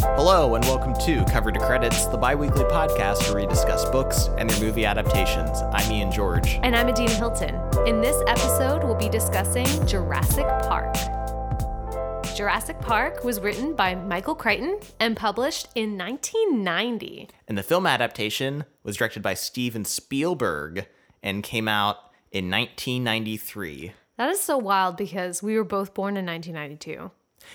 Hello, and welcome to Cover to Credits, the bi weekly podcast where we discuss books and their movie adaptations. I'm Ian George. And I'm Adina Hilton. In this episode, we'll be discussing Jurassic Park. Jurassic Park was written by Michael Crichton and published in 1990. And the film adaptation was directed by Steven Spielberg and came out in 1993. That is so wild because we were both born in 1992.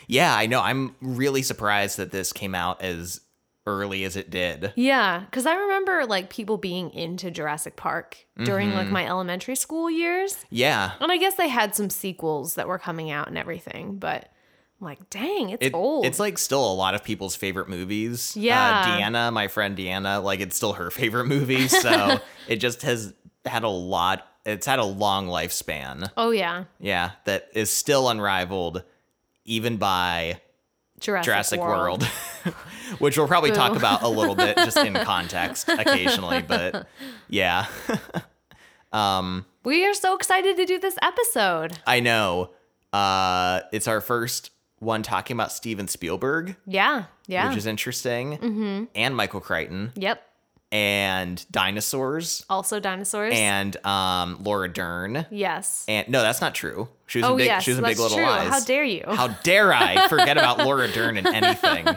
Yeah, I know. I'm really surprised that this came out as early as it did. Yeah, because I remember like people being into Jurassic Park during like Mm-hmm. my elementary school years. Yeah. And I guess they had some sequels that were coming out and everything, but I'm like, dang, it's It- old. It's like still a lot of people's favorite movies. Yeah. Uh, Deanna, my friend Deanna, like it's still her favorite movie. So it just has had a lot, it's had a long lifespan. oh, yeah. Yeah. That is still unrivaled even by Jurassic, Jurassic World, which we'll probably talk Boo. about a little bit just in context occasionally. But yeah, Um, We are so excited to do this episode. I know. Uh, it's our first one talking about Steven Spielberg, Yeah. Yeah. which is interesting, mm-hmm. and Michael Crichton. yep. and dinosaurs Also dinosaurs. and um Laura Dern. yes. And no, that's not true. She was oh in big yes, she was in that's Big Little true. Lies. How dare you? How dare I forget about Laura Dern and anything?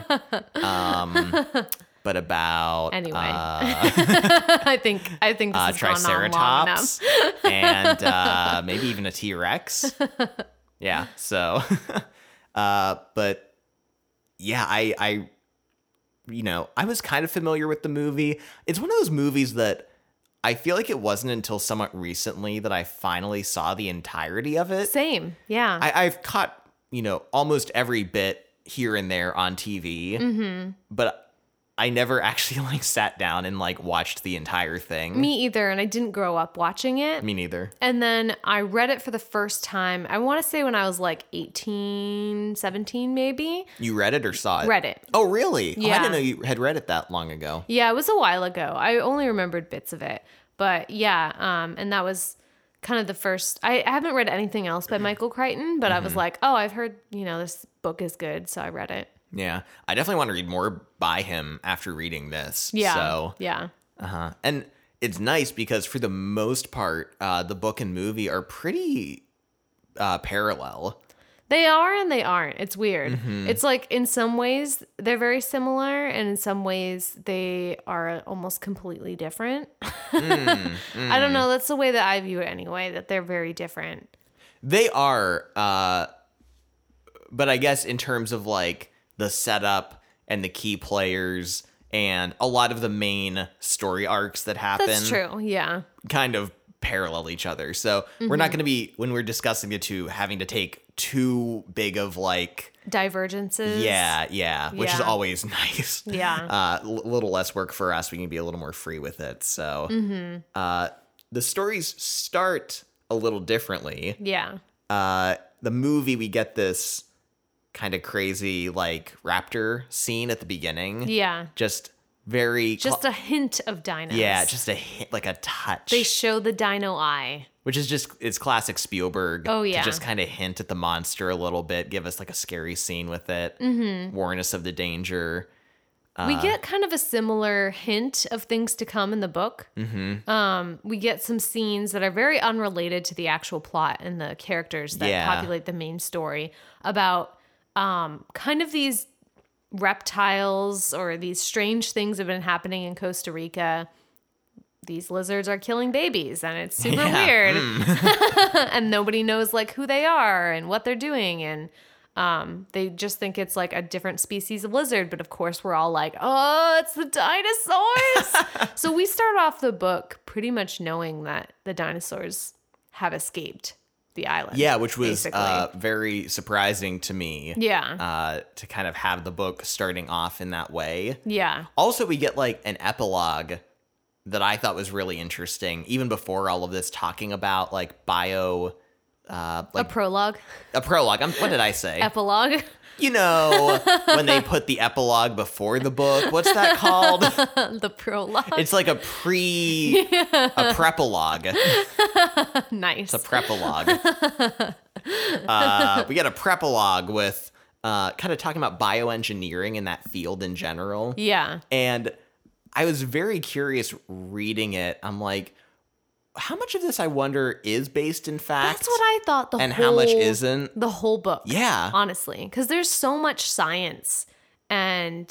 Um but about anyway, uh, I think I think this uh, has gone on long enough. Triceratops and uh, maybe even a T Rex. Yeah. So, uh, but yeah, I, I, you know, I was kind of familiar with the movie. It's one of those movies that I feel like it wasn't until somewhat recently that I finally saw the entirety of it. Same. Yeah. I, I've caught, you know, almost every bit here and there on TV, Mm. Mm-hmm. Mm-hmm. but I never actually like sat down and like watched the entire thing. Me either, and I didn't grow up watching it. Me neither. And then I read it for the first time. I want to say when I was like 18, 17 maybe. You read it or saw it? Read it. Oh, really? Oh, I Yeah. didn't know you had read it that long ago. Yeah, it was a while ago. I only remembered bits of it. But yeah, um, and that was kind of the first. I, I haven't read anything else by Michael Crichton, but I Mm-hmm. was like, oh, I've heard, you know, this book is good. So I read it. Yeah. I definitely want to read more by him after reading this. Yeah. So, yeah. uh-huh. and it's nice because for the most part, uh, the book and movie are pretty uh, parallel. They are and they aren't. It's weird. Mm-hmm. It's like in some ways they're very similar, and in some ways they are almost completely different. Mm, I don't know. That's the way that I view it anyway, that they're very different. They are, uh, but I guess in terms of like the setup and the key players and a lot of the main story arcs that happen. That's true. Yeah. kind of parallel each other. So we're Mm-hmm. not going to be when we're discussing the two having to take too big of like Divergences. yeah yeah which is Yeah. always nice Yeah. uh, a little less work for us we can be a little more free with it so Mm-hmm. uh, the stories start a little differently Yeah. uh, the movie we get this kind of crazy like raptor scene at the beginning Yeah. just very Just a hint of dinos. yeah just a hit like a touch they show the dino eye. which is just it's classic Spielberg. Oh, to yeah. just kind of hint at the monster a little bit, give us like a scary scene with it, mm-hmm. warn us of the danger. Uh, we get kind of a similar hint of things to come in the book. mm-hmm. Um, we get some scenes that are very unrelated to the actual plot and the characters that Yeah. populate the main story about um, kind of these reptiles or these strange things have been happening in Costa Rica. These lizards are killing babies, and it's super Yeah, Mm. weird. and nobody knows like who they are and what they're doing and um, they just think it's like a different species of lizard but of course we're all like oh it's the dinosaurs so we start off the book pretty much knowing that the dinosaurs have escaped the island Yeah, which was basically. uh, very surprising to me. yeah Uh, to kind of have the book starting off in that way. yeah Also, we get like an epilogue that I thought was really interesting, even before all of this talking about like bio, uh, a like prologue a, prologue. I'm, what did I say? epilogue you know, when they put the epilogue before the book. What's that called? the prologue It's like a pre a prepilogue. nice Prepilogue. Uh, we get a prepilogue with uh, kind of talking about bioengineering in that field in general. Yeah. And I was very curious reading it. I'm like, how much of this I wonder is based in fact? That's what I thought the and whole how much isn't? the whole book. Yeah. Honestly, because there's so much science and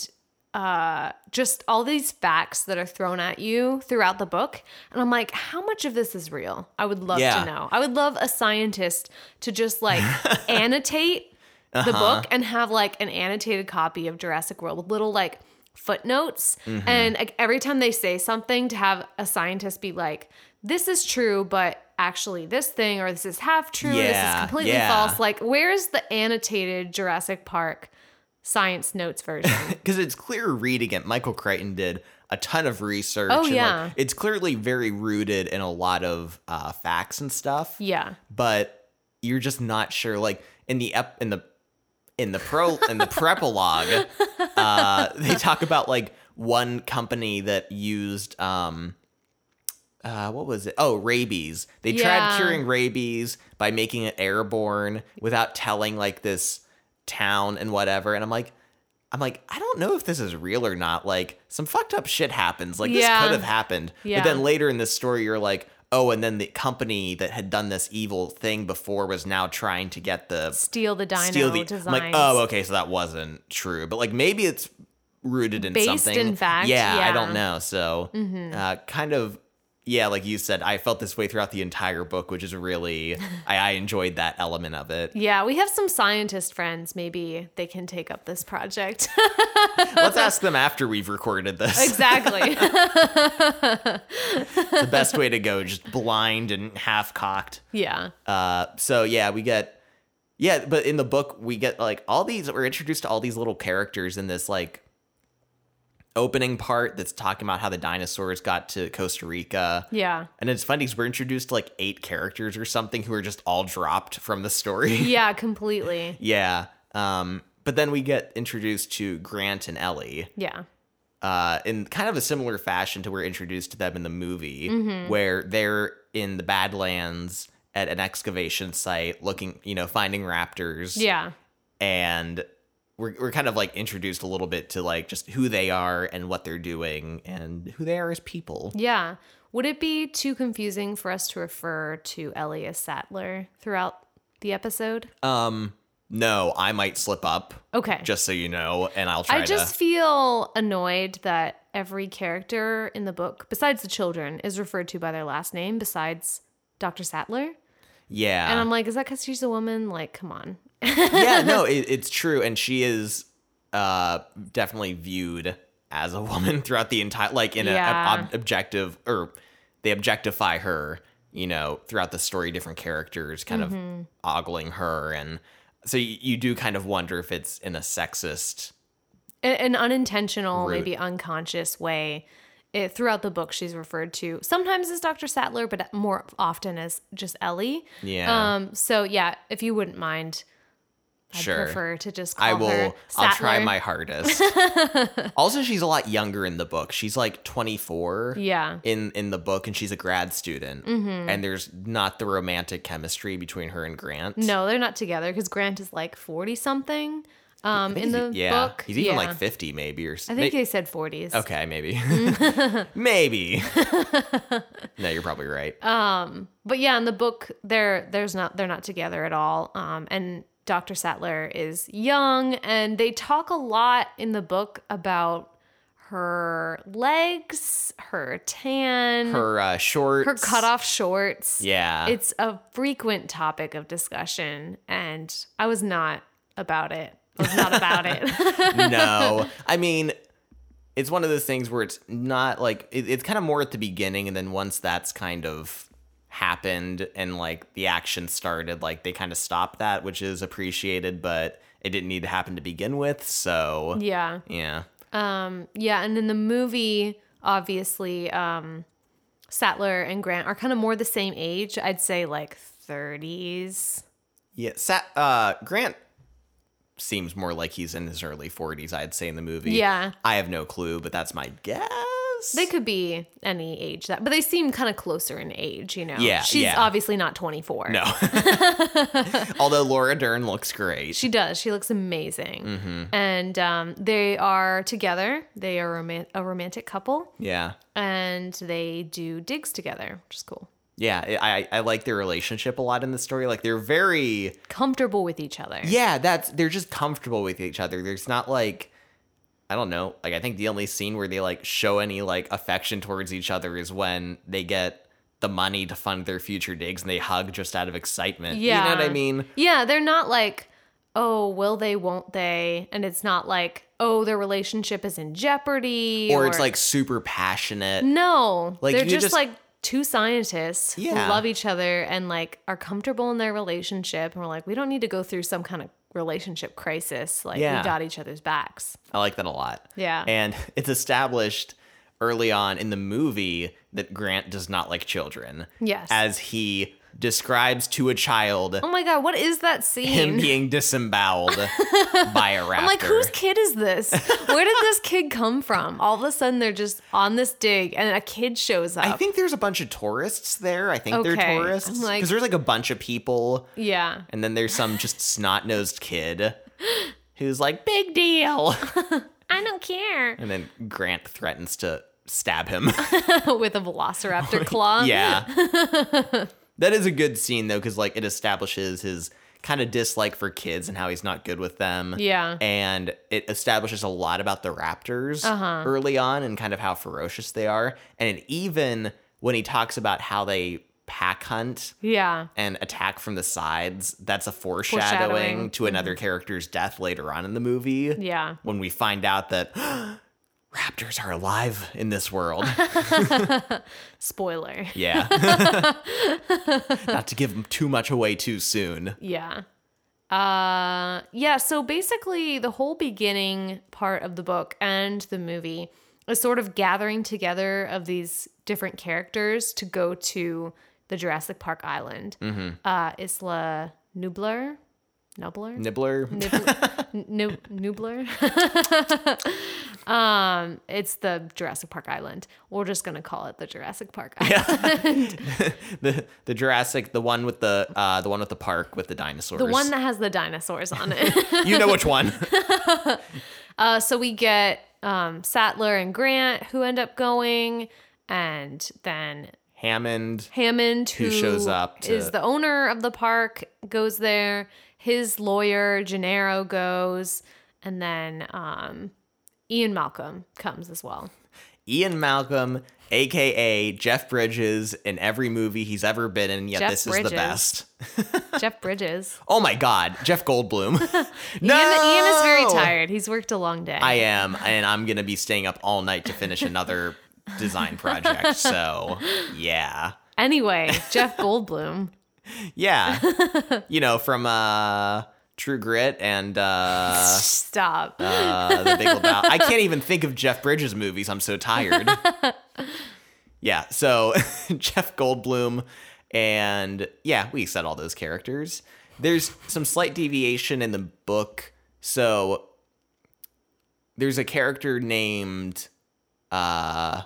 uh, just all these facts that are thrown at you throughout the book. And I'm like, how much of this is real? I would love Yeah. to know. I would love a scientist to just like annotate the Uh-huh. book and have like an annotated copy of Jurassic World with little like footnotes. Mm-hmm. And like every time they say something, to have a scientist be like, this is true, but actually this thing or this is half true, this is Yeah, completely yeah. false. Like, where's the annotated Jurassic Park science notes version? because it's clear reading it. Michael Crichton did a ton of research. Oh, and, like, yeah. it's clearly very rooted in a lot of uh, facts and stuff. yeah. But you're just not sure. Like in the ep- in the in the pro in the prepilogue, uh, they talk about like one company that used um, uh, what was it? Oh, rabies. They tried Yeah. curing rabies by making it airborne without telling like this town and whatever. And I'm like, I'm like, I don't know if this is real or not. Like, some fucked up shit happens. Like, this Yeah. could have happened. Yeah. But then later in this story, you're like, oh, and then the company that had done this evil thing before was now trying to get the Steal the dino steal the. designs. I'm like, oh, okay, so that wasn't true. But like, maybe it's rooted in Based something. in fact, Yeah, yeah. Mm-hmm. I don't know. So, uh, kind of. Yeah, like you said, I felt this way throughout the entire book, which is really I, I enjoyed that element of it. Yeah, we have some scientist friends. Maybe they can take up this project. Let's ask them after we've recorded this. exactly. the best way to go just blind and half cocked yeah. uh so yeah we get yeah but in the book we get like all these we're introduced to all these little characters in this like opening part that's talking about how the dinosaurs got to costa rica Yeah. and it's funny because we're introduced to like eight characters or something who are just all dropped from the story Yeah, completely. yeah um but then we get introduced to grant and ellie Yeah. uh, in kind of a similar fashion to we're introduced to them in the movie, Mm-hmm. where they're in the Badlands at an excavation site looking, you know, finding raptors. Yeah. And we're, we're kind of like introduced a little bit to like just who they are and what they're doing and who they are as people. Yeah. Would it be too confusing for us to refer to Ellie as Sattler throughout the episode? Um, no, I might slip up, Okay. just so you know, and I'll try I just to. feel annoyed that every character in the book, besides the children, is referred to by their last name besides Dr. Sattler. Yeah. And I'm like, is that because she's a woman? Like, come on. yeah, no, it, it's true, and she is uh, definitely viewed as a woman throughout the entire, like in Yeah. an ob- objective, or they objectify her, you know, throughout the story. Different characters kind Mm-hmm. of ogling her, and so you, you do kind of wonder if it's in a sexist. A- an unintentional, Rude. maybe unconscious way. It, throughout the book, she's referred to sometimes as Dr. Sattler, but more often as just Ellie. Yeah, Um. So yeah, if you wouldn't mind, I'd Sure. prefer to just call I her will. I'll try Sattler. my hardest. also, she's a lot younger in the book. She's like twenty four. Yeah. in in the book and she's a grad student Mm-hmm. and there's not the romantic chemistry between her and grant No, they're not together because Grant is like forty something. Um. In the yeah book, he's even yeah. like 50 maybe or I something think they said forties. okay maybe maybe no you're probably right Um, But yeah, in the book, they're there's not they're not together at all. Um. And Dr. Sattler is young, and they talk a lot in the book about her legs, her tan, her uh shorts her cut off shorts. yeah it's a frequent topic of discussion and i was not about it i was not about it no i mean it's one of those things where it's not like it, it's kind of more at the beginning and then once that's kind of happened and like the action started like they kind of stopped that which is appreciated but it didn't need to happen to begin with so yeah yeah um yeah and in the movie obviously um sattler and grant are kind of more the same age i'd say like 30s yeah Sa- uh grant seems more like he's in his early 40s i'd say in the movie Yeah. i have no clue but that's my guess dinosaurs? They could be any age that, but they seem kind of closer in age, you know. Yeah, she's yeah. obviously not 24. no. Although Laura Dern looks great. she does. She looks amazing, Mm-hmm. and um, they are together. They are roman- a romantic couple, Yeah. and they do digs together, which is cool. Yeah, I I I like their relationship a lot in the story. Like they're very Comfortable with each other. Yeah, that's they're just comfortable with each other. There's not like I don't know. Like I think the only scene where they like show any like affection towards each other is when they get the money to fund their future digs and they hug just out of excitement. You know what I Yeah. mean? Yeah, they're not like, oh, will they, won't they? And it's not like, oh, their relationship is in jeopardy. Or it's like super passionate. no, Like, they're you just, just- like two scientists Yeah. who love each other and like are comfortable in their relationship. And we're like, we don't need to go through some kind of relationship crisis. Like, Yeah. we got each other's backs. I like that a lot. Yeah. And it's established early on in the movie that Grant does not like children. Yes. As he describes to a child oh my God, what is that him scene? being disemboweled by a raptor. I'm like, whose kid is this? Where did this kid come from? All of a sudden, they're just on this dig, and a kid shows up. I think there's a bunch of tourists there. I think they're Okay. tourists I'm because like- there's like a bunch of people, yeah. and then there's some just snot nosed kid who's like big deal, I don't care. and then Grant threatens to stab him. with a velociraptor claw. yeah, that is a good scene though because like it establishes his kind of dislike for kids and how he's not good with them. Yeah. And it establishes a lot about the raptors Uh-huh. early on and kind of how ferocious they are. And it even when he talks about how they pack hunt, Yeah. and attack from the sides, that's a foreshadowing, Foreshadowing. Mm-hmm. to another character's death later on in the movie. Yeah. When we find out that raptors are alive in this world. Spoiler. yeah. Not to give 'em too much away too soon. Yeah. Uh yeah, so basically the whole beginning part of the book and the movie is sort of gathering together of these different characters to go to the Jurassic Park island. Mm-hmm. Uh Isla Nublar? Nublar? Nibbler. Nib- nu- Nubler. um, it's the Jurassic Park Island. We're just gonna call it the Jurassic Park Island. the the Jurassic, the one with the uh the one with the park with the dinosaurs. The one that has the dinosaurs on it. you know which one. uh, so we get um, Sattler and Grant who end up going, and then Hammond. Hammond, who, shows up to- is the owner of the park, goes there. His lawyer Gennaro goes, and then um, Ian Malcolm comes as well. Ian Malcolm, aka Jeff Bridges in every movie he's ever been in, yet Jeff this is Bridges. the best. Jeff Bridges. Oh my God, Jeff Goldblum. no, Ian, Ian is very tired. He's worked a long day. Oh. I am, and I'm gonna be staying up all night to finish another design project. So, yeah, anyway, Jeff Goldblum. yeah, you know, from uh, True Grit and uh, Stop. uh, The Big Lebowski. I can't even think of Jeff Bridges movies. I'm so tired. yeah, so Jeff Goldblum, and yeah, we said all those characters. There's some slight deviation in the book. So there's a character named uh,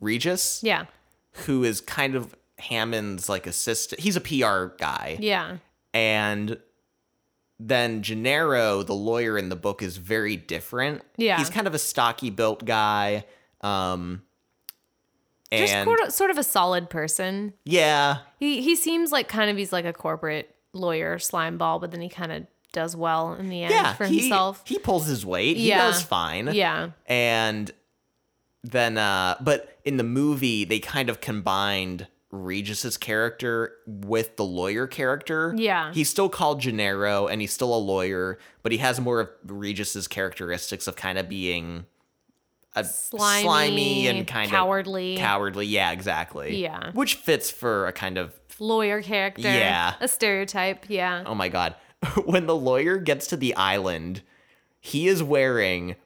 Regis yeah. who is kind of Hammond's like assistant. He's a PR guy. Yeah. And then Gennaro, the lawyer in the book, is very different. Yeah. He's kind of a stocky built guy. Um Just and sort of, sort of a solid person. yeah. He he seems like kind of he's like a corporate lawyer slime ball, but then he kind of does well in the end Yeah. for he, himself. He pulls his weight. Yeah. He does fine. yeah. And then uh but in the movie they kind of combined Regis's character with the lawyer character. Yeah. He's still called Gennaro and he's still a lawyer, but he has more of Regis's characteristics of kind of being a Slimy, slimy, and kind cowardly. of cowardly. Yeah, exactly. Yeah. Which fits for a kind of lawyer character. Yeah. A stereotype. Yeah. oh my god. when the lawyer gets to the island, he is wearing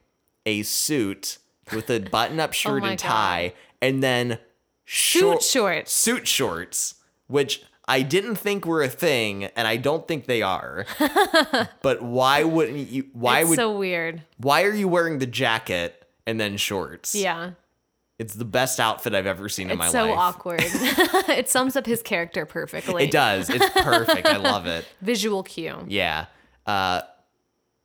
a suit with a button-up shirt Oh my and tie, and then short Suit shorts. suit shorts, which I didn't think were a thing, and I don't think they are. but why wouldn't you? Why it's would? so weird. why are you wearing the jacket and then shorts? Yeah. It's the best outfit I've ever seen in my It's so life. awkward. it sums up his character perfectly. It does. It's perfect. I love it. Visual cue. Yeah. Uh,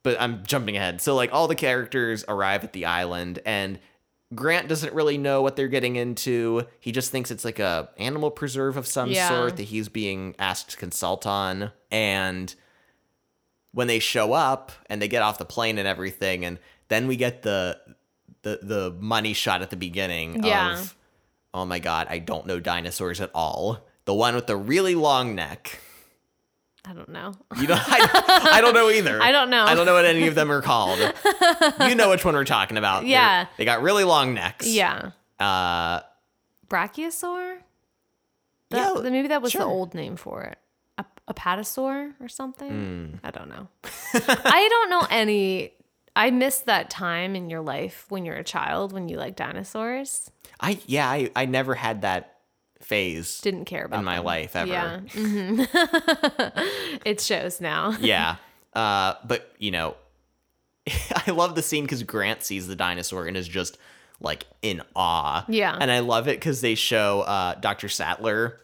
but I'm jumping ahead. So, like, all the characters arrive at the island, and Grant doesn't really know what they're getting into. He just thinks it's like a animal preserve of some Yeah. sort that he's being asked to consult on. And when they show up and they get off the plane and everything, and then we get the the the money shot at the beginning Yeah. of oh my god, I don't know dinosaurs at all. The one with the really long neck. I don't know. You know, I, I don't know either. I don't know. I don't know what any of them are called. you know which one we're talking about. They're- Yeah. they got really long necks. Yeah. Uh, Brachiosaur? That, Yeah, th- maybe that was sure. the old name for it. A- Apatosaur or Mm. something? I don't know. I don't know any. I missed that time in your life when you're a child when you like dinosaurs. I yeah, I, I never had that phase Didn't care about in my them. life ever. Yeah. mhm. it shows now. yeah. Uh, but you know, I love the scene because Grant sees the dinosaur and is just like in awe. Yeah. And I love it because they show uh, Dr. Sattler.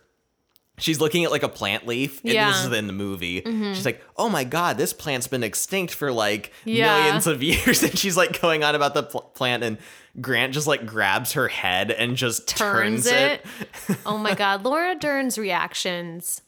She's looking at like a plant leaf. and Yeah. Mm-hmm. This is in the movie. She's like, oh my God, this plant's been extinct for like Yeah. millions of years. And she's like going on about the pl- plant. And Grant just like grabs her head and just turns, turns it. oh my god, Laura Dern's reactions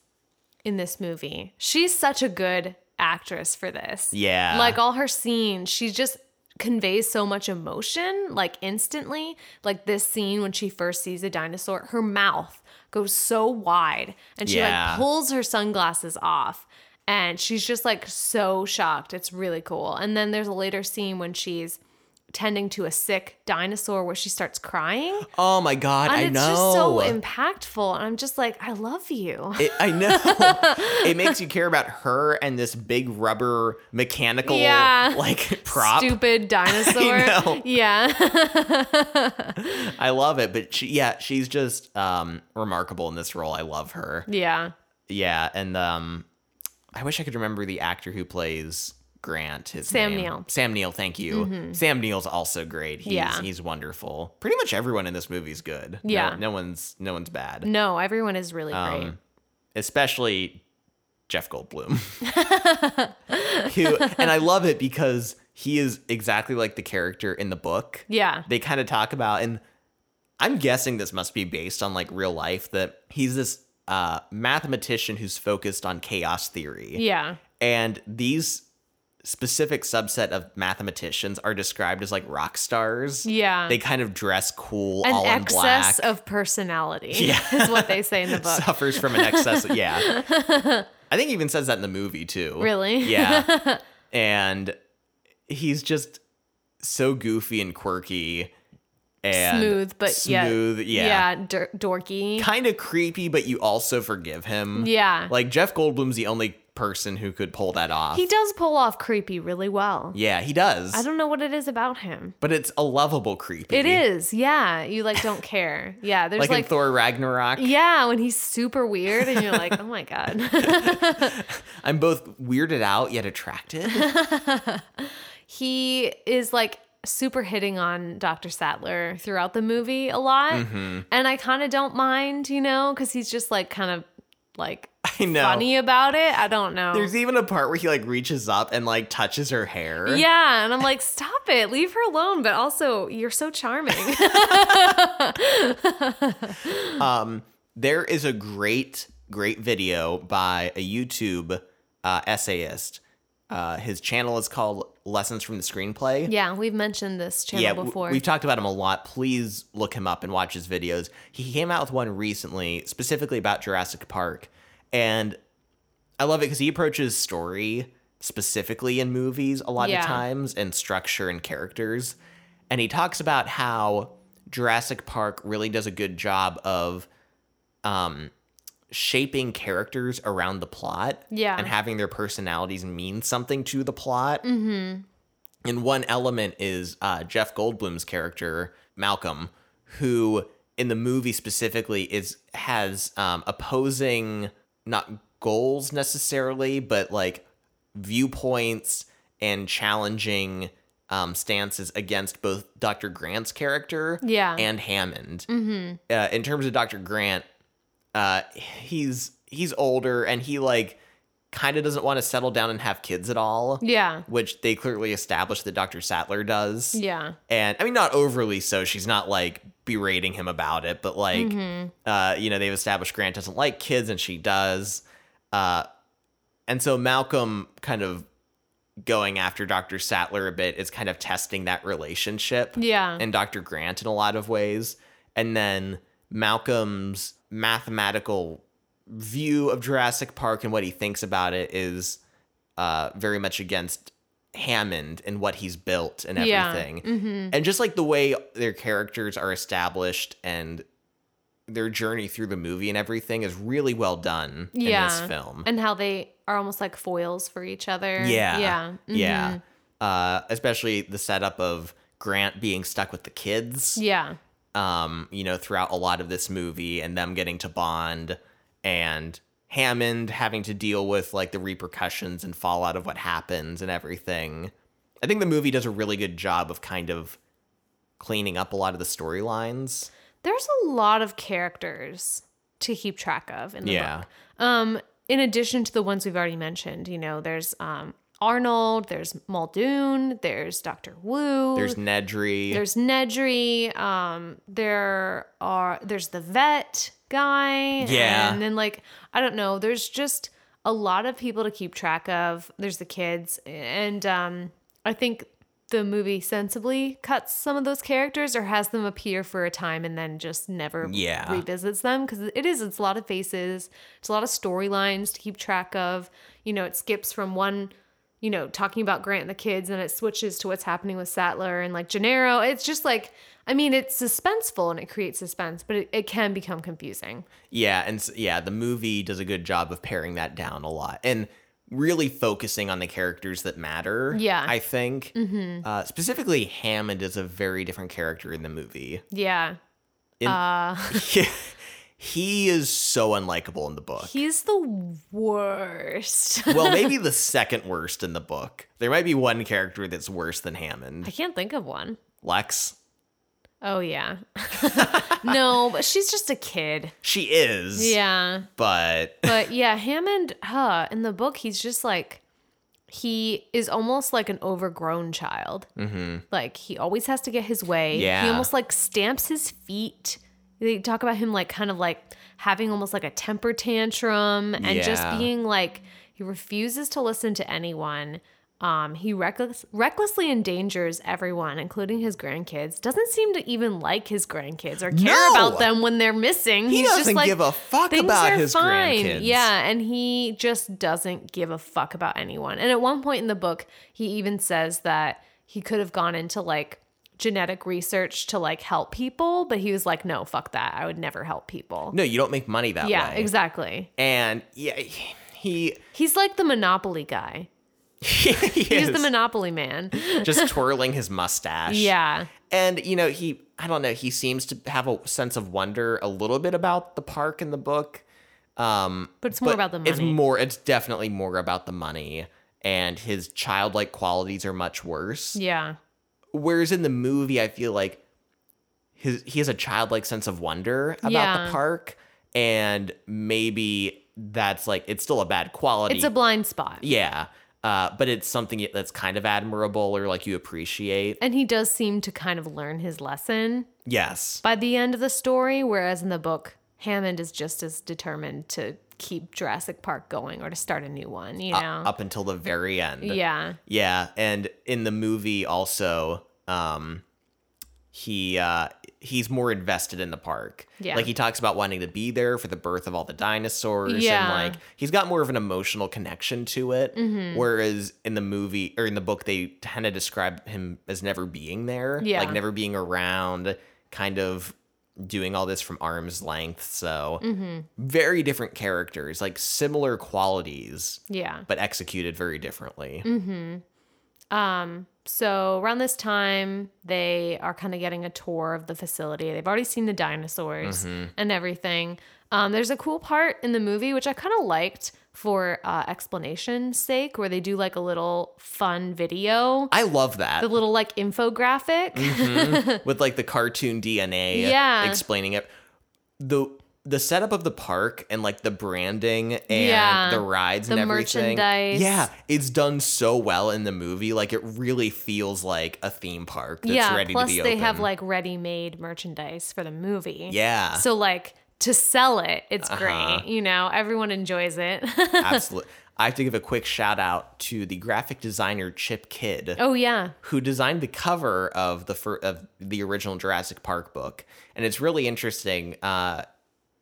in this movie. She's such a good actress for this. Yeah. Like all her scenes, she just conveys so much emotion like instantly. Like this scene when she first sees a dinosaur, her mouth goes so wide and she Yeah. like pulls her sunglasses off. And she's just like so shocked. It's really cool. And then there's a later scene when she's tending to a sick dinosaur where she starts crying Oh my God, and I it's know. just so impactful. And I'm just like, I love you. It, I know. it makes you care about her and this big rubber mechanical Yeah. like prop. Stupid dinosaur. know. Yeah. I love it, but she, yeah, she's just um remarkable in this role. I love her. yeah. Yeah, and um I wish I could remember the actor who plays Grant. His Sam name. Neill. Mm-hmm. Sam Neill. Thank you. Sam Neill's also great. He's, Yeah. he's wonderful. Pretty much everyone in this movie's good. No- Yeah. No, one's no one's bad. No, everyone is really great. Um, especially Jeff Goldblum. Who, and I love it because he is exactly like the character in the book. Yeah. They kind of talk about, and I'm guessing this must be based on like real life, that he's this uh, mathematician who's focused on chaos theory. Yeah. And these specific subset of mathematicians are described as like rock stars. Yeah. They kind of dress cool, An all in black excess of personality Yeah. is what they say in the book. suffers from an excess. yeah. I think he even says that in the movie too. Really? Yeah. And he's just so goofy and quirky and smooth, but smooth, yet, yeah. yeah, dir- dorky. Kind of creepy, but you also forgive him. Yeah. Like Jeff Goldblum's the only person who could pull that off. he does pull off creepy really well. yeah, he does. I don't know what it is about him. but it's a lovable creepy. It is, yeah. You like don't care. Yeah, there's Like, like, in Thor Ragnarok, yeah, when he's super weird and you're like, oh my god. I'm both weirded out yet attracted. he is like super hitting on Dr. Sattler throughout the movie a lot. Mm-hmm. And I kind of don't mind, you know, because he's just like kind of like I know. funny about it. I don't know. There's even a part where he like reaches up and like touches her hair. yeah, and I'm like, stop it, leave her alone. But also, you're so charming. Um, there is a great, great video by a YouTube uh, essayist. Uh, his channel is called Lessons from the Screenplay. yeah, we've mentioned this channel w- before. we've talked about him a lot. Please look him up and watch his videos. He came out with one recently, specifically about Jurassic Park, and I love it because he approaches story specifically in movies a lot Yeah. of times, and structure and characters, and he talks about how Jurassic Park really does a good job of, um, shaping characters around the plot, Yeah. and having their personalities mean something to the plot. Mm-hmm. And one element is uh, Jeff Goldblum's character Malcolm, who in the movie specifically is has um, opposing not goals necessarily, but like viewpoints and challenging um, stance is against both Dr. Grant's character Yeah. and Hammond. mm-hmm. Uh, in terms of Dr. Grant, uh, he's he's older and he like kind of doesn't want to settle down and have kids at all, Yeah. which they clearly established that Dr. Sattler does. Yeah. And I mean, not overly so. She's not like berating him about it, but like, Mhm. uh, you know, they've established Grant doesn't like kids and she does. Uh, and so Malcolm kind of going after Dr. Sattler a bit is kind of testing that relationship Yeah. and Dr. Grant in a lot of ways. And then Malcolm's mathematical view of Jurassic Park and what he thinks about it is uh, very much against Hammond and what he's built and Yeah. Mm-hmm. everything. And just like the way their characters are established and their journey through the movie and everything is really well done in Yeah. this film. and how they are almost like foils for each other. Yeah. Yeah. Yeah. mhm. Uh, especially the setup of Grant being stuck with the kids. Yeah. um, you know, throughout a lot of this movie and them getting to bond and Hammond having to deal with like the repercussions and fallout of what happens and everything. I think the movie does a really good job of kind of cleaning up a lot of the storylines. There's a lot of characters to keep track of in the Yeah. book. Um, in addition to the ones we've already mentioned, you know, there's um Arnold, there's Muldoon, there's Doctor Wu, There's Nedry. there's Nedry, um, there are there's the vet guy. Yeah. And then like, I don't know, there's just a lot of people to keep track of. There's the kids. And um I think the movie sensibly cuts some of those characters or has them appear for a time and then just never Yeah. revisits them because it is it's a lot of faces it's a lot of storylines to keep track of you know it skips from one you know talking about grant and the kids and it switches to what's happening with sattler and like gennaro it's just like i mean it's suspenseful and it creates suspense but it, it can become confusing Yeah, and s- yeah, the movie does a good job of paring that down a lot and really focusing on the characters that matter. Yeah. Mm-hmm. I think uh, specifically Hammond is a very different character in the movie. yeah In- uh he is so unlikable in the book. he's the worst well, maybe the second worst in the book. There might be one character that's worse than i Hammond. can't think of one Lex. Oh yeah. no, but she's just a kid. She is. Yeah. But but yeah, Hammond, huh, in the book, he's just like, he is almost like an overgrown child. Mhm. Like, he always has to get his way. Yeah. He almost like stamps his feet. They talk about him like kind of like having almost like a temper tantrum and just Yeah. being like, he refuses to listen to anyone. Um, he reckless, recklessly endangers everyone, including his grandkids. Doesn't seem to even like his grandkids or care No! about them when they're missing. he He's doesn't just like, give a fuck things about are his fine. grandkids. Yeah, and he just doesn't give a fuck about anyone. And at one point in the book, he even says that he could have gone into like genetic research to like help people, but he was like, "No, fuck that. I would never help people." No, you don't make money that yeah, way. exactly. And yeah, he He's like the monopoly guy. he He's is the monopoly man. just twirling his mustache. yeah. And you know, he I don't know, he seems to have a sense of wonder a little bit about the park in the book. Um But it's more about the It's money. more it's definitely more about the money and his childlike qualities are much worse. Yeah. Whereas in the movie I feel like his he has a childlike sense of wonder about Yeah. the park and maybe that's like it's still a bad quality. It's a blind spot. yeah. Uh, but it's something that's kind of admirable or like you appreciate. And he does seem to kind of learn his lesson. Yes. by the end of the story, whereas in the book, Hammond is just as determined to keep Jurassic Park going or to start a new one, you know? Up until the very end. yeah. Yeah, and in the movie also, um, he uh, he's more invested in the park. Yeah. like he talks about wanting to be there for the birth of all the dinosaurs. Yeah. and like he's got more of an emotional connection to it. Mm-hmm. Whereas in the movie or in the book, they kind of describe him as never being there. Yeah. like never being around, kind of doing all this from arm's length. So Mm-hmm. very different characters, like similar qualities, Yeah. but executed very differently. Um, so around this time, they are kind of getting a tour of the facility. They've already seen the dinosaurs and everything. Um, there's a cool part in the movie, which I kind of liked for uh, explanation sake where they do like a little fun video, I love that. the little like infographic. Mhm. with like the cartoon DNA Yeah. explaining it. The the setup of the park and like the branding and Yeah. the rides The and everything. merchandise. Yeah, it's done so well in the movie. Like it really feels like a theme park that's yeah, ready plus to be they have open. like ready-made merchandise for the movie. yeah, So like to sell it, it's Uh-huh. great. You know, everyone enjoys it. absolutely. I have to give a quick shout out to the graphic designer Chip Kidd. oh yeah. who designed the cover of the fir- of the original Jurassic Park book, and it's really interesting. Uh,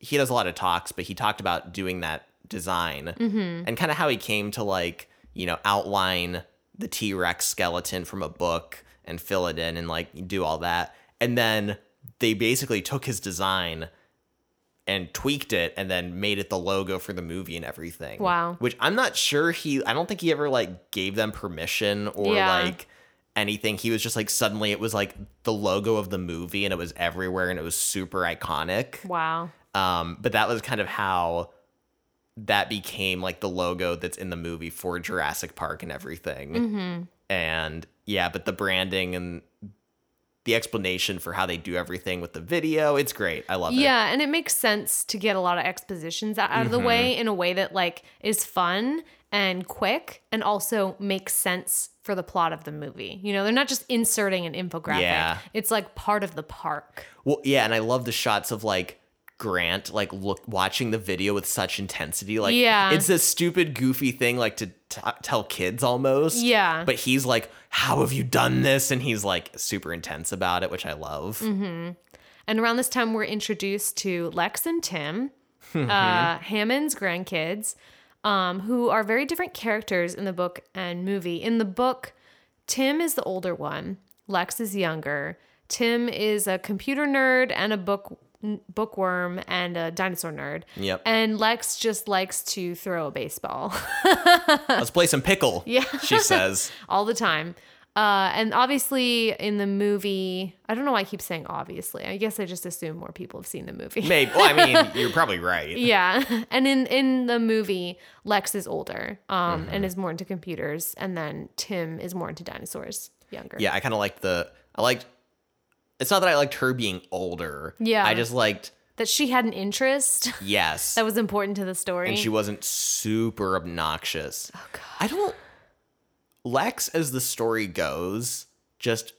he does a lot of talks, but he talked about doing that design Mm-hmm. and kind of how he came to like you know outline the T Rex skeleton from a book and fill it in and like do all that, and then they basically took his design and tweaked it and then made it the logo for the movie and everything. Wow. Which I'm not sure he I don't think he ever like gave them permission or Yeah. like anything. He was just like suddenly it was like the logo of the movie and it was everywhere and it was super iconic. Wow. Um but that was kind of how that became like the logo that's in the movie for Jurassic Park and everything. Mm-hmm. And yeah, but the branding and the explanation for how they do everything with the video, it's great. I love it. Yeah, and it makes sense to get a lot of expositions out, out of the Mm-hmm. way in a way that like is fun and quick and also makes sense for the plot of the movie. You know, they're not just inserting an infographic. Yeah. It's like part of the park. Well, yeah, and I love the shots of like Grant like look watching the video with such intensity. Like, Yeah. it's this stupid, goofy thing like to t- tell kids almost. Yeah. but he's like, "How have you done this?" And he's like super intense about it, which I love. Mm-hmm. And around this time, we're introduced to Lex and Tim, uh, Hammond's grandkids, um, who are very different characters in the book and movie. In the book, Tim is the older one, Lex is younger. Tim is a computer nerd and a book bookworm and a dinosaur nerd. Yep. And Lex just likes to throw a baseball. Let's play some pickle. Yeah. she says. all the time. Uh, and obviously, in the movie, I don't know why I keep saying obviously. I guess I just assume more people have seen the movie. Maybe. Well, I mean, you're probably right. yeah, and in in the movie, Lex is older um, Mm-hmm. and is more into computers, and then Tim is more into dinosaurs, younger. Yeah, I kind of liked the. I liked. It's not that I liked her being older. Yeah. I just liked that she had an interest yes. that was important to the story. and she wasn't super obnoxious. Oh god. I don't Lex as the story goes just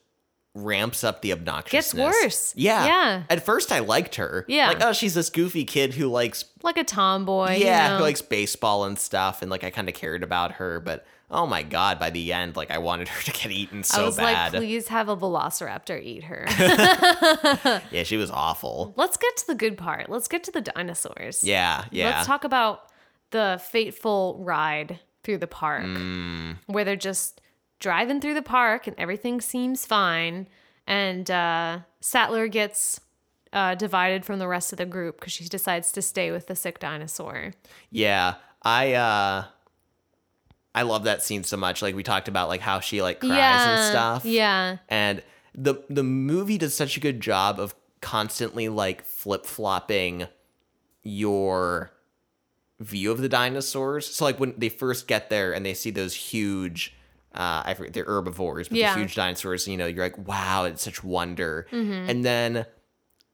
ramps up the obnoxiousness. worse. Yeah. Yeah. At first I liked her. Yeah. Like oh she's this goofy kid who likes like a tomboy. you yeah, know? who likes baseball and stuff and like I kind of cared about her but oh my god by the end like I wanted her to get eaten so I was bad. like, please have a velociraptor eat her. yeah, she was awful. Let's get to the good part. Let's get to the dinosaurs. Yeah, yeah. Let's talk about the fateful ride through the park Mm. where they're just driving through the park and everything seems fine. And uh, Sattler gets uh, divided from the rest of the group because she decides to stay with the sick dinosaur. Yeah. I uh I love that scene so much. Like we talked about like how she like cries yeah. and stuff. Yeah. And the the movie does such a good job of constantly like flip-flopping your view of the dinosaurs. So like when they first get there and they see those huge uh, I forget they're herbivores, but Yeah. the huge dinosaurs, you know, you're like, wow, it's such wonder. Mm-hmm. And then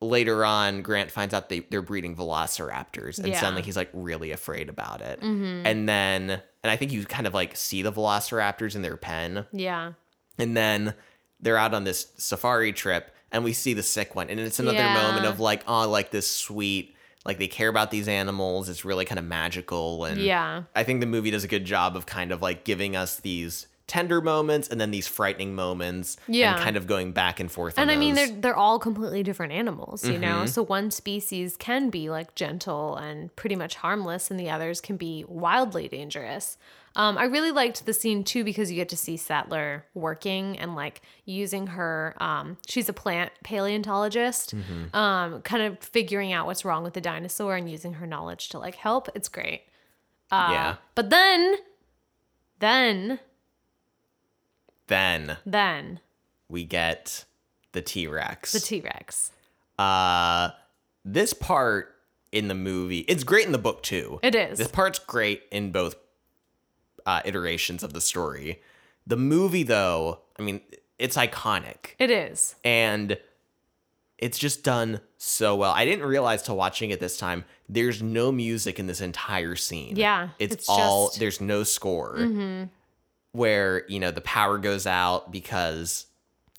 later on, Grant finds out they, they're breeding velociraptors, and Yeah. Mm-hmm. suddenly he's like really afraid about it. And then, and I think you kind of like see the velociraptors in their pen, Yeah. and then they're out on this safari trip, and we see the sick one, and it's another Yeah. moment of like, oh, like this sweet, like they care about these animals. It's really kind of magical, and Yeah. I think the movie does a good job of kind of like giving us these tender moments and then these frightening moments Yeah. and kind of going back and forth on And I mean, those. they're they're all completely different animals, you know. So one species can be like gentle and pretty much harmless, and the others can be wildly dangerous. Um, I really liked the scene too because you get to see Sattler working and like using her. Um, she's a plant paleontologist, um, kind of figuring out what's wrong with the dinosaur and using her knowledge to like help. It's great. Uh, yeah But then, then, then then we get the T Rex. the T Rex. uh, this part in the movie. It's great in the book too. It is. This part's great in both uh, iterations of the story. The movie, though, I mean, it's iconic It is. and it's just done so well. I didn't realize till watching it this time. There's no music in this entire scene. Yeah, it's, it's all just- there's no score. Mm-hmm. Where you know the power goes out because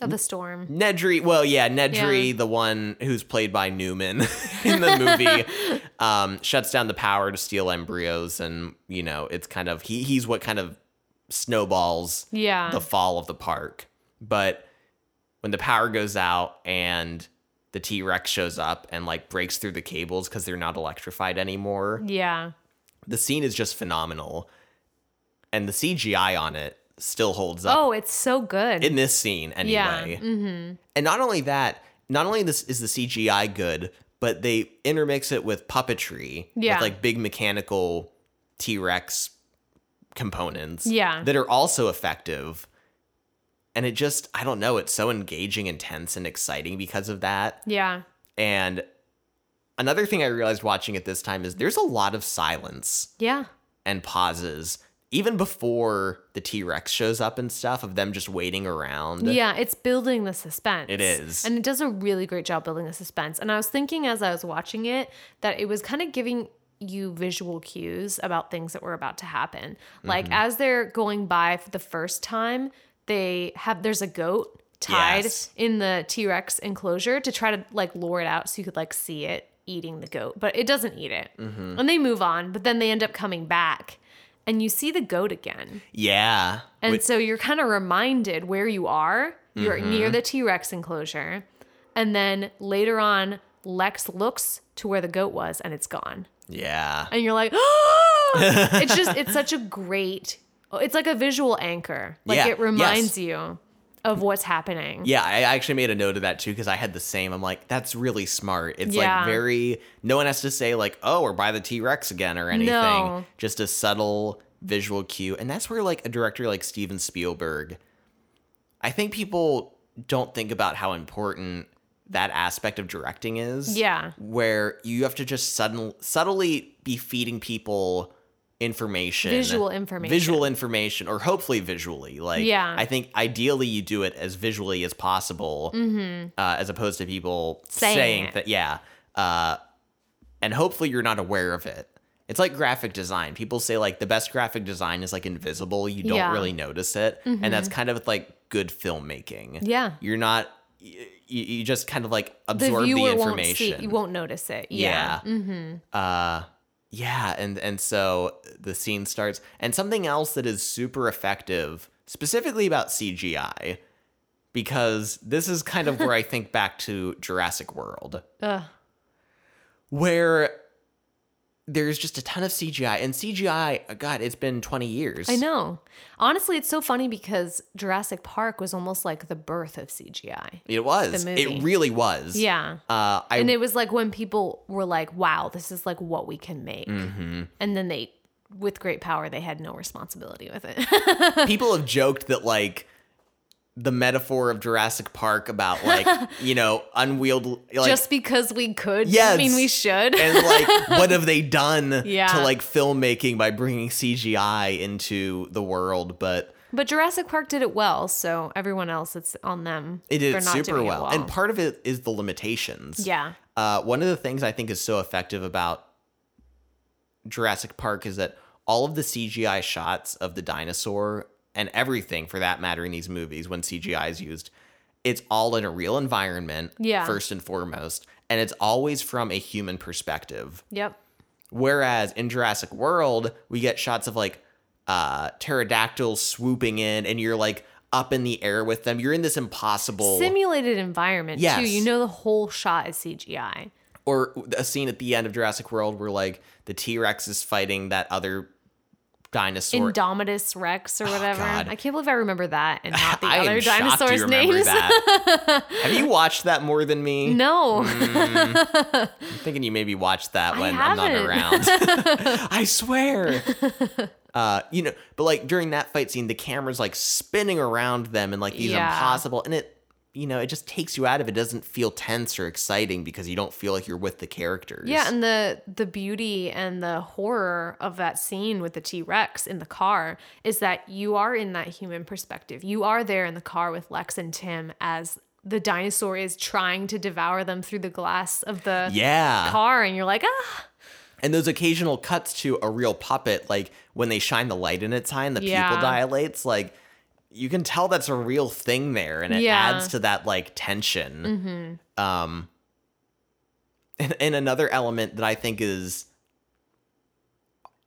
Of the storm. Nedry, well, yeah, Nedry, Yeah. the one who's played by Newman in the movie, um, shuts down the power to steal embryos, and you know, it's kind of he he's what kind of snowballs Yeah. the fall of the park. But when the power goes out and the T Rex shows up and like breaks through the cables because they're not electrified Mm. anymore, yeah. the scene is just phenomenal, and the CGI on it still holds up Oh, it's so good. in this scene anyway. yeah. Mm-hmm. And not only that, not only this is the CGI good, but they intermix it with puppetry, Yeah. with like big mechanical T Rex components, Yeah. that are also effective. And it just, I don't know, it's so engaging, intense, and exciting because of that. Yeah. And another thing I realized watching it this time is there's a lot of silence Yeah. and pauses, even before the T Rex shows up and stuff, of them just waiting around. Yeah, it's building the suspense. It is. And it does a really great job building the suspense. And I was thinking as I was watching it that it was kind of giving you visual cues about things that were about to happen. Like Mm-hmm. as they're going by for the first time, they have there's a goat tied Yes. in the T-Rex enclosure to try to like lure it out so you could like see it eating the goat, but it doesn't eat it. Mm-hmm. And they move on, but then they end up coming back and you see the goat again. Yeah. And so you're kind of reminded where you are. You're near Mm-hmm. the T Rex enclosure. And then later on, Lex looks to where the goat was and it's gone. Yeah. And you're like, oh! it's just, it's such a great, it's like a visual anchor. Like Yeah, it reminds yes. you of what's happening. Yeah, I actually made a note of that too because I had the same. I'm like, that's really smart. It's Yeah. like very. No one has to say like, oh, or by the T Rex again or anything. No. Just a subtle visual cue, and that's where like a director like Steven Spielberg. I think people don't think about how important that aspect of directing is. Yeah. Where you have to just sudden subtly be feeding people information Visual information. visual information or hopefully visually like Yeah. i think ideally you do it as visually as possible uh, as opposed to people Mm-hmm. Saying saying, it. that yeah uh, and hopefully you're not aware of it it's like graphic design people say like the best graphic design is like invisible you don't Yeah. Mm-hmm. really notice it and that's kind of like good filmmaking Yeah. you're not you, you just kind of like The absorb the, viewer won't information see, you won't notice it. Yeah. Mm-hmm. yeah. Uh yeah, and and so the scene starts and something else that is super effective specifically about CGI because this is kind of where I think back to Jurassic World Ugh. where there's just a ton of CGI and CGI uh, god it's been 20 years. I know. Honestly, it's so funny because Jurassic Park was almost like the birth of CGI. It was. The movie. It really was. Yeah. Uh I and it was like when people were like, "Wow, this is like what we can make," Mm-hmm. and then they, with great power, they had no responsibility with it. people have joked that like the metaphor of Jurassic Park about like, you know, unwieldy like Just because we could, doesn't Yes. mean we should. and like what have they done Yeah. to like filmmaking by bringing CGI into the world but but Jurassic Park did it well, so everyone else, it's on them. it for did not super doing it well. and part of it is the limitations yeah, uh, one of the things I think is so effective about Jurassic Park is that all of the CGI shots of the dinosaur and everything for that matter in these movies when CGI is used, it's all in a real environment Yeah. first and foremost and it's always from a human perspective yep, Whereas in Jurassic World, we get shots of like uh pterodactyls swooping in and you're like up in the air with them. You're in this impossible simulated environment too. Oh. Yes. You know, the whole shot is CGI. or a scene at the end of Jurassic World where like the T-Rex is fighting that other dinosaur. Indominus Rex or whatever. Oh, God. I can't believe I remember that and not the I am other shocked you dinosaurs' remember names. that. Have you watched that more than me? No. Mm-hmm. I'm thinking you maybe watched that I when I'm not haven't. around. I swear. Uh, you know, but like during that fight scene, the camera's like spinning around them and like these Yeah. impossible, and it you know, it just takes you out of it. it doesn't feel tense or exciting because you don't feel like you're with the characters. Yeah, and the the beauty and the horror of that scene with the T Rex in the car is that you are in that human perspective. You are there in the car with Lex and Tim as the dinosaur is trying to devour them through the glass of the yeah. car, and you're like, ah, And those occasional cuts to a real puppet, like when they shine the light in its eye and the Yeah. pupil dilates, like you can tell that's a real thing there, and it Yeah. adds to that like tension. Mm-hmm. Um, and, and another element that I think is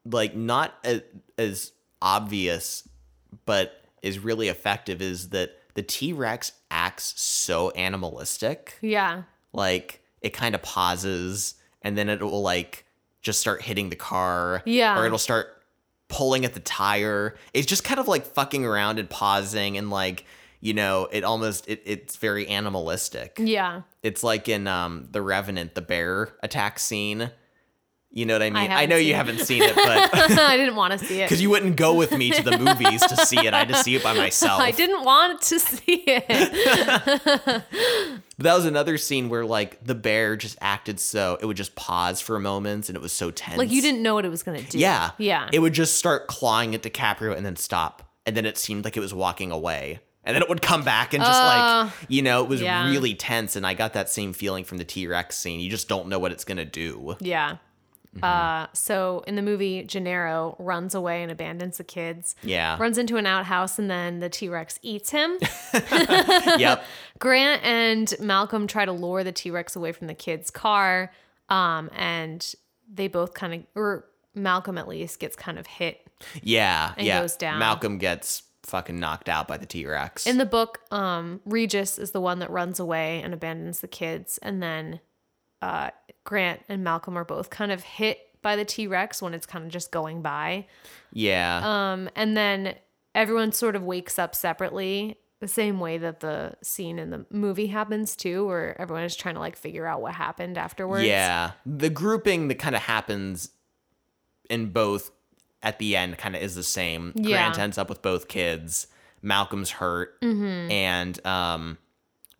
like not a, as obvious, but is really effective is that the T Rex acts so animalistic yeah, like it kind of pauses and then it will like just start hitting the car Yeah. or it'll start pulling at the tire it's just kind of like fucking around and pausing and like you know it almost it, it's very animalistic yeah. it's like in um the revenant the bear attack scene you know what i mean i, haven't know you seen it. haven't seen it but I didn't want to see it. because you wouldn't go with me to the movies to see it i had to see it by myself I didn't want to see it. But that was another scene where like the bear just acted so it would just pause for moments and it was so tense. like you didn't know what it was gonna do. Yeah. yeah. It would just start clawing at DiCaprio and then stop. And then it seemed like it was walking away. And then it would come back and just Uh, like you know, it was yeah. really tense and I got that same feeling from the T Rex scene. You just don't know what it's gonna do. Yeah. Mm-hmm. Uh, so in the movie, Gennaro runs away and abandons the kids. Yeah. Runs into an outhouse and then the T Rex eats him. yep. Grant and Malcolm try to lure the T Rex away from the kids' car. Um, and they both kind of, or Malcolm at least, gets kind of hit. Yeah. yeah. goes down. Malcolm gets fucking knocked out by the T Rex. In the book, um, Regis is the one that runs away and abandons the kids. And then uh, Grant and Malcolm are both kind of hit by the T Rex when it's kind of just going by. yeah. Um, and then everyone sort of wakes up separately, the same way that the scene in the movie happens too, where everyone is trying to like figure out what happened afterwards. Yeah. The grouping that kind of happens in both at the end kind of is the same. Yeah. Grant ends up with both kids. Malcolm's hurt. Mm-hmm. And um,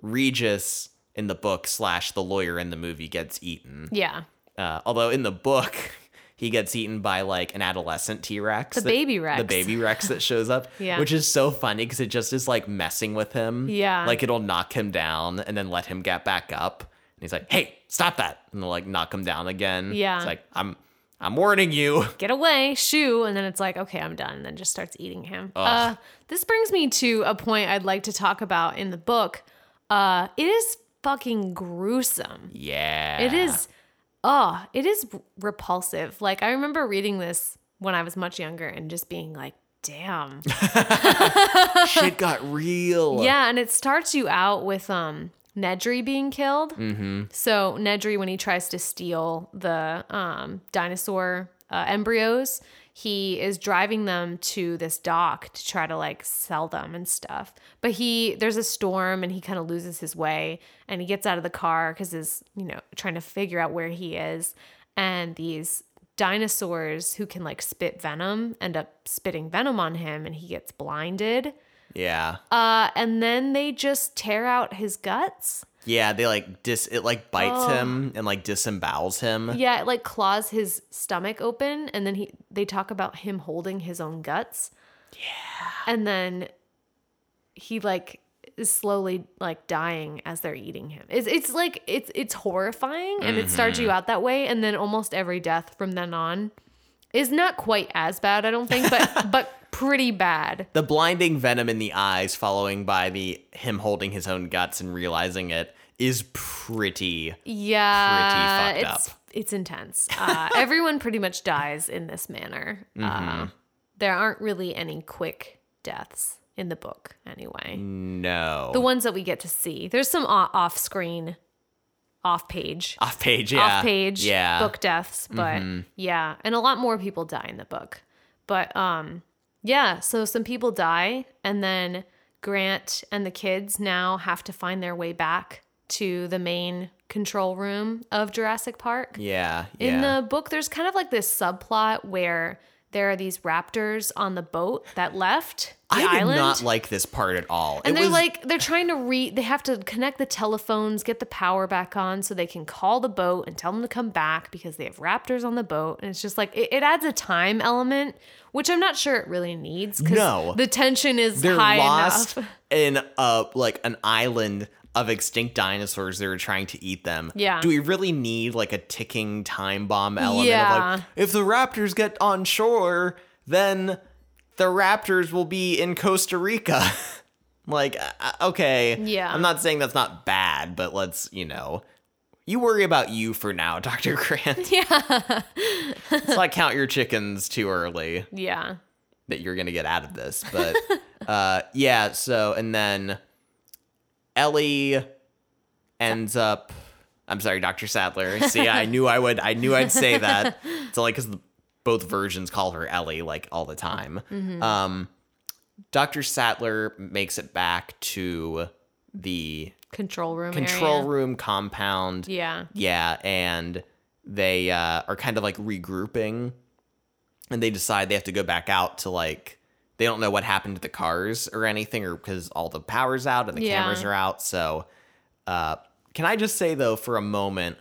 Regis in the book slash the lawyer in the movie gets eaten. Yeah. Uh, although in the book, he gets eaten by like an adolescent T Rex. The baby Rex. The baby Rex that shows up, Yeah. which is so funny because it just is like messing with him. Yeah. Like it'll knock him down and then let him get back up. And he's like, hey, stop that. And they'll like knock him down again. Yeah. It's like, I'm I'm warning you. Get away, shoo. And then it's like, okay, I'm done. And then just starts eating him. Uh, Ugh. this brings me to a point I'd like to talk about in the book. Uh, it is fucking gruesome. Yeah. It is, oh, it is repulsive. Like, I remember reading this when I was much younger and just being like, damn. Shit got real. Yeah, and it starts you out with um Nedry being killed. Mm-hmm. So Nedry, when he tries to steal the um, dinosaur uh, embryos, he is driving them to this dock to try to like sell them and stuff. But he there's a storm and he kind of loses his way and he gets out of the car because he's you know trying to figure out where he is. And these dinosaurs who can like spit venom end up spitting venom on him and he gets blinded. Yeah. Uh, and then they just tear out his guts. Yeah. They like dis it like bites him and like disembowels him. Oh. Yeah, it like claws his stomach open, and then he they talk about him holding his own guts. Yeah. And then he like is slowly like dying as they're eating him. It's it's like it's it's horrifying and it starts you out that way, and then almost every death from then on is not quite as bad, I don't think, but but pretty bad. The blinding venom in the eyes, following by the him holding his own guts and realizing it, is pretty. Yeah, pretty fucked it's it's intense. Uh, everyone pretty much dies in this manner. Uh, there aren't really any quick deaths in the book, anyway. No. The ones that we get to see, there's some off screen, off page, off page, yeah. off page yeah. Mm-hmm. book deaths, but yeah, and a lot more people die in the book. But um, yeah, so some people die, and then Grant and the kids now have to find their way back to the main control room of Jurassic Park. Yeah, yeah. In the book, there's kind of like this subplot where there are these raptors on the boat that left. the I did island. not like this part at all. and it they're was like they're trying to re they have to connect the telephones, get the power back on so they can call the boat and tell them to come back because they have raptors on the boat. And it's just like it, it adds a time element, which I'm not sure it really needs because No. the tension is they're high lost enough. in a like an island of extinct dinosaurs that are trying to eat them. Yeah. Do we really need like a ticking time bomb element of Yeah. like if the raptors get on shore, then the raptors will be in Costa Rica. like uh, okay. Yeah. I'm not saying that's not bad, but let's, you know, you worry about you for now, Dr. Grant. Yeah. let's not count your chickens too early yeah. that you're gonna get out of this. But uh, yeah, so and then Ellie ends up. I'm sorry, Doctor Sadler. See, I knew I would. I knew I'd say that. It's only because both versions call her Ellie like all the time. Um, Doctor Sadler makes it back to the Control room. control area. room compound. Yeah. Yeah, and they uh, are kind of like regrouping, and they decide they have to go back out to like they don't know what happened to the cars or anything, or because all the power's out and the Yeah. cameras are out. So, uh, can I just say though, for a moment,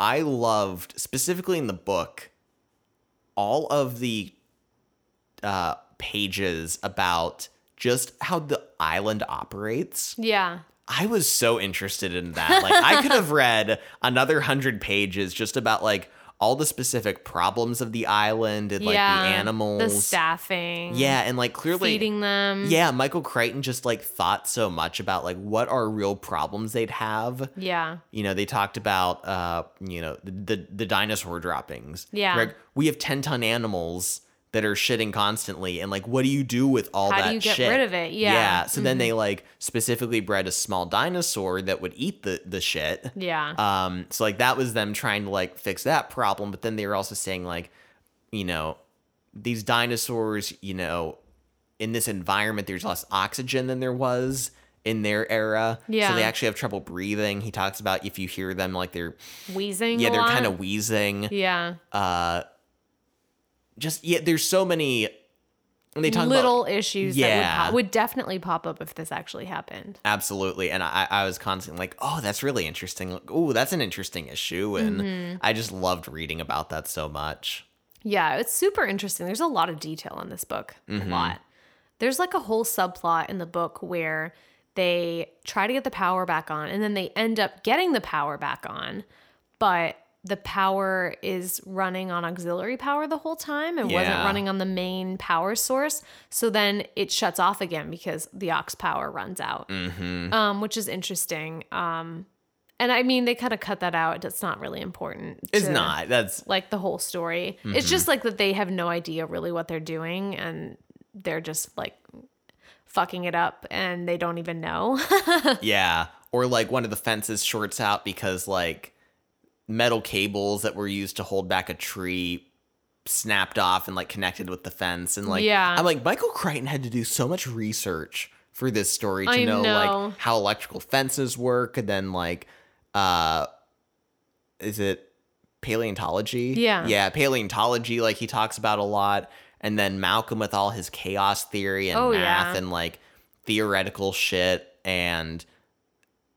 I loved specifically in the book all of the uh, pages about just how the island operates. Yeah. I was so interested in that. Like I could have read another hundred pages just about like all the specific problems of the island and like yeah. the animals. The staffing. Yeah, and like clearly Feeding them. Yeah, Michael Crichton just like thought so much about like what are real problems they'd have. Yeah. You know, they talked about uh, you know, the the, the dinosaur droppings. Yeah. Like we have ten ton animals that are shitting constantly and like what do you do with all How that do you get shit? rid of it? Yeah. Yeah. Mm-hmm. so then they like specifically bred a small dinosaur that would eat the the shit. Yeah. Um, so like that was them trying to like fix that problem, but then they were also saying like, you know, these dinosaurs, you know, in this environment there's less oxygen than there was in their era. So Yeah. they actually have trouble breathing. He talks about if you hear them like they're Wheezing. yeah, a they're lot. kind of wheezing Yeah. uh just yeah there's so many and they talk about Little issues that Yeah. would, pop, would definitely pop up if this actually happened. absolutely and i i was constantly like oh that's really interesting like, oh that's an interesting issue and Mm-hmm. i just loved reading about that so much Yeah, it's super interesting. There's a lot of detail in this book. Mm-hmm. A lot. There's like a whole subplot in the book where they try to get the power back on and then they end up getting the power back on, but the power is running on auxiliary power the whole time and wasn't Yeah. running on the main power source. So then it shuts off again because the aux power runs out, Mm-hmm. um, which is interesting. Um, and I mean, they kind of cut that out. It's not really important. it's to- not that's like the whole story. Mm-hmm. It's just like that they have no idea really what they're doing and they're just like fucking it up and they don't even know. yeah or like one of the fences shorts out because like metal cables that were used to hold back a tree snapped off and like connected with the fence and like Yeah. i'm like michael crichton had to do so much research for this story to I know, know. like how electrical fences work and then like uh is it paleontology Yeah. yeah paleontology like he talks about a lot and then malcolm with all his chaos theory and Oh, math yeah. and like theoretical shit and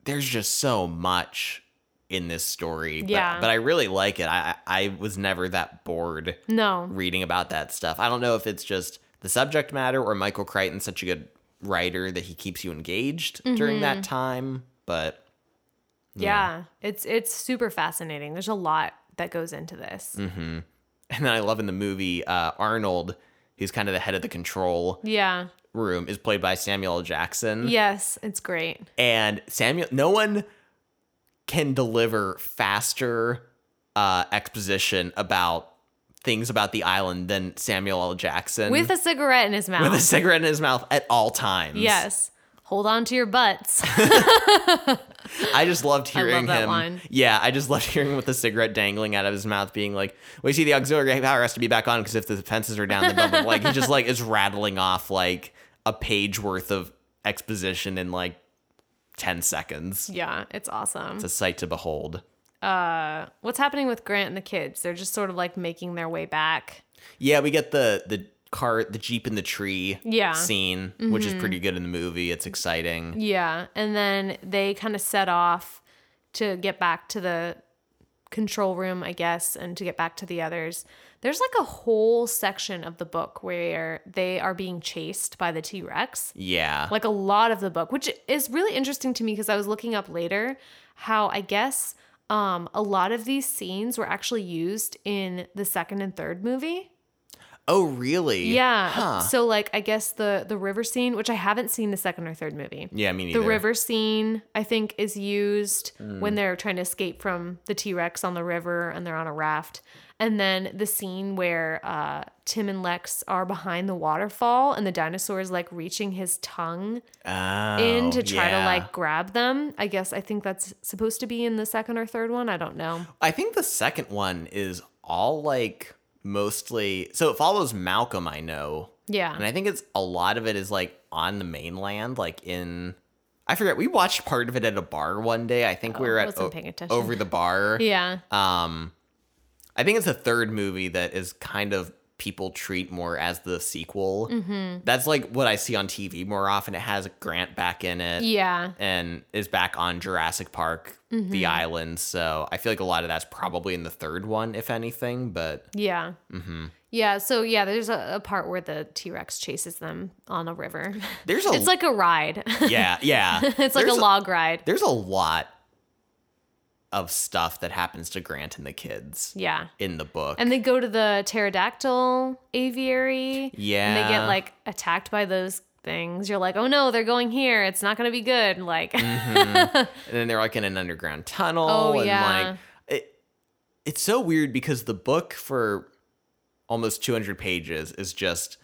there's just so much in this story. but- Yeah. But, I really like it. I I I was never that bored no. reading about that stuff. I don't know if it's just the subject matter or Michael Crichton's such a good writer that he keeps you engaged during Mm-hmm. that time. But Yeah. It's it's super fascinating. There's a lot that goes into this. Mm. and then I love in the movie uh, Arnold, who's kind of the head of the control Yeah. room, is played by Samuel L. Jackson. Yes, it's great. and Samuel no one can deliver faster uh exposition about things about the island than Samuel L. Jackson With a cigarette in his mouth. with a cigarette in his mouth at all times. yes. Hold on to your butts. I just loved love hearing that him. line. Yeah, I just loved hearing him with the cigarette dangling out of his mouth, being like, "Well, you see, the auxiliary power has to be back on because if the fences are down, then blah blah." blah." like he just like is rattling off like a page worth of exposition in like ten seconds. yeah, it's awesome. It's a sight to behold. What's happening with Grant and the kids? They're just sort of like making their way back. Yeah, we get the the car, the jeep in the tree Yeah. Mm-hmm. scene, which is pretty good in the movie. It's exciting. Yeah. And then they kind of set off to get back to the control room, I guess, and to get back to the others. There's like a whole section of the book where they are being chased by the T Rex. Yeah, Like a lot of the book, which is really interesting to me because I was looking up later how I guess um, a lot of these scenes were actually used in the second and third movie. Oh, really? Yeah. Huh. So like I guess the the river scene, which I haven't seen the second or third movie. yeah, Mm. me The neither. river scene, I think, is used when they're trying to escape from the T Rex on the river and they're on a raft. And then the scene where uh, Tim and Lex are behind the waterfall and the dinosaur is like reaching his tongue Oh, in to try to yeah. like grab them. I guess I think that's supposed to be in the second or third one. I don't know. I think the second one is all like mostly. So it follows Malcolm, I know, and Yeah. I think it's a lot of it is like on the mainland, like in. I forget. We watched part of it at a bar one day. I think we Oh, were I at wasn't o- paying attention. over the bar. Yeah. Um, I think it's the third movie that is kind of people treat more as the sequel. Mm-hmm. That's like what I see on TV more often. It has Grant back in it Yeah. and is back on Jurassic Park, Mm-hmm. the island. So I feel like a lot of that's probably in the third one, if anything. But mm-hmm. Yeah. Yeah. So yeah, there's a, a part where the T Rex chases them on a river. there's a it's like a ride. yeah yeah it's like a Oh. There's log ride. There's a lot of stuff that happens to Grant and the kids Yeah. in the book. And they go to the pterodactyl aviary. yeah, And they get like attacked by those things. You're like, oh no, they're going here. It's not going to be good. Like, Mm-hmm. and then they're like in an underground tunnel Oh, and yeah. like it, it's so weird because the book for almost 200 pages is just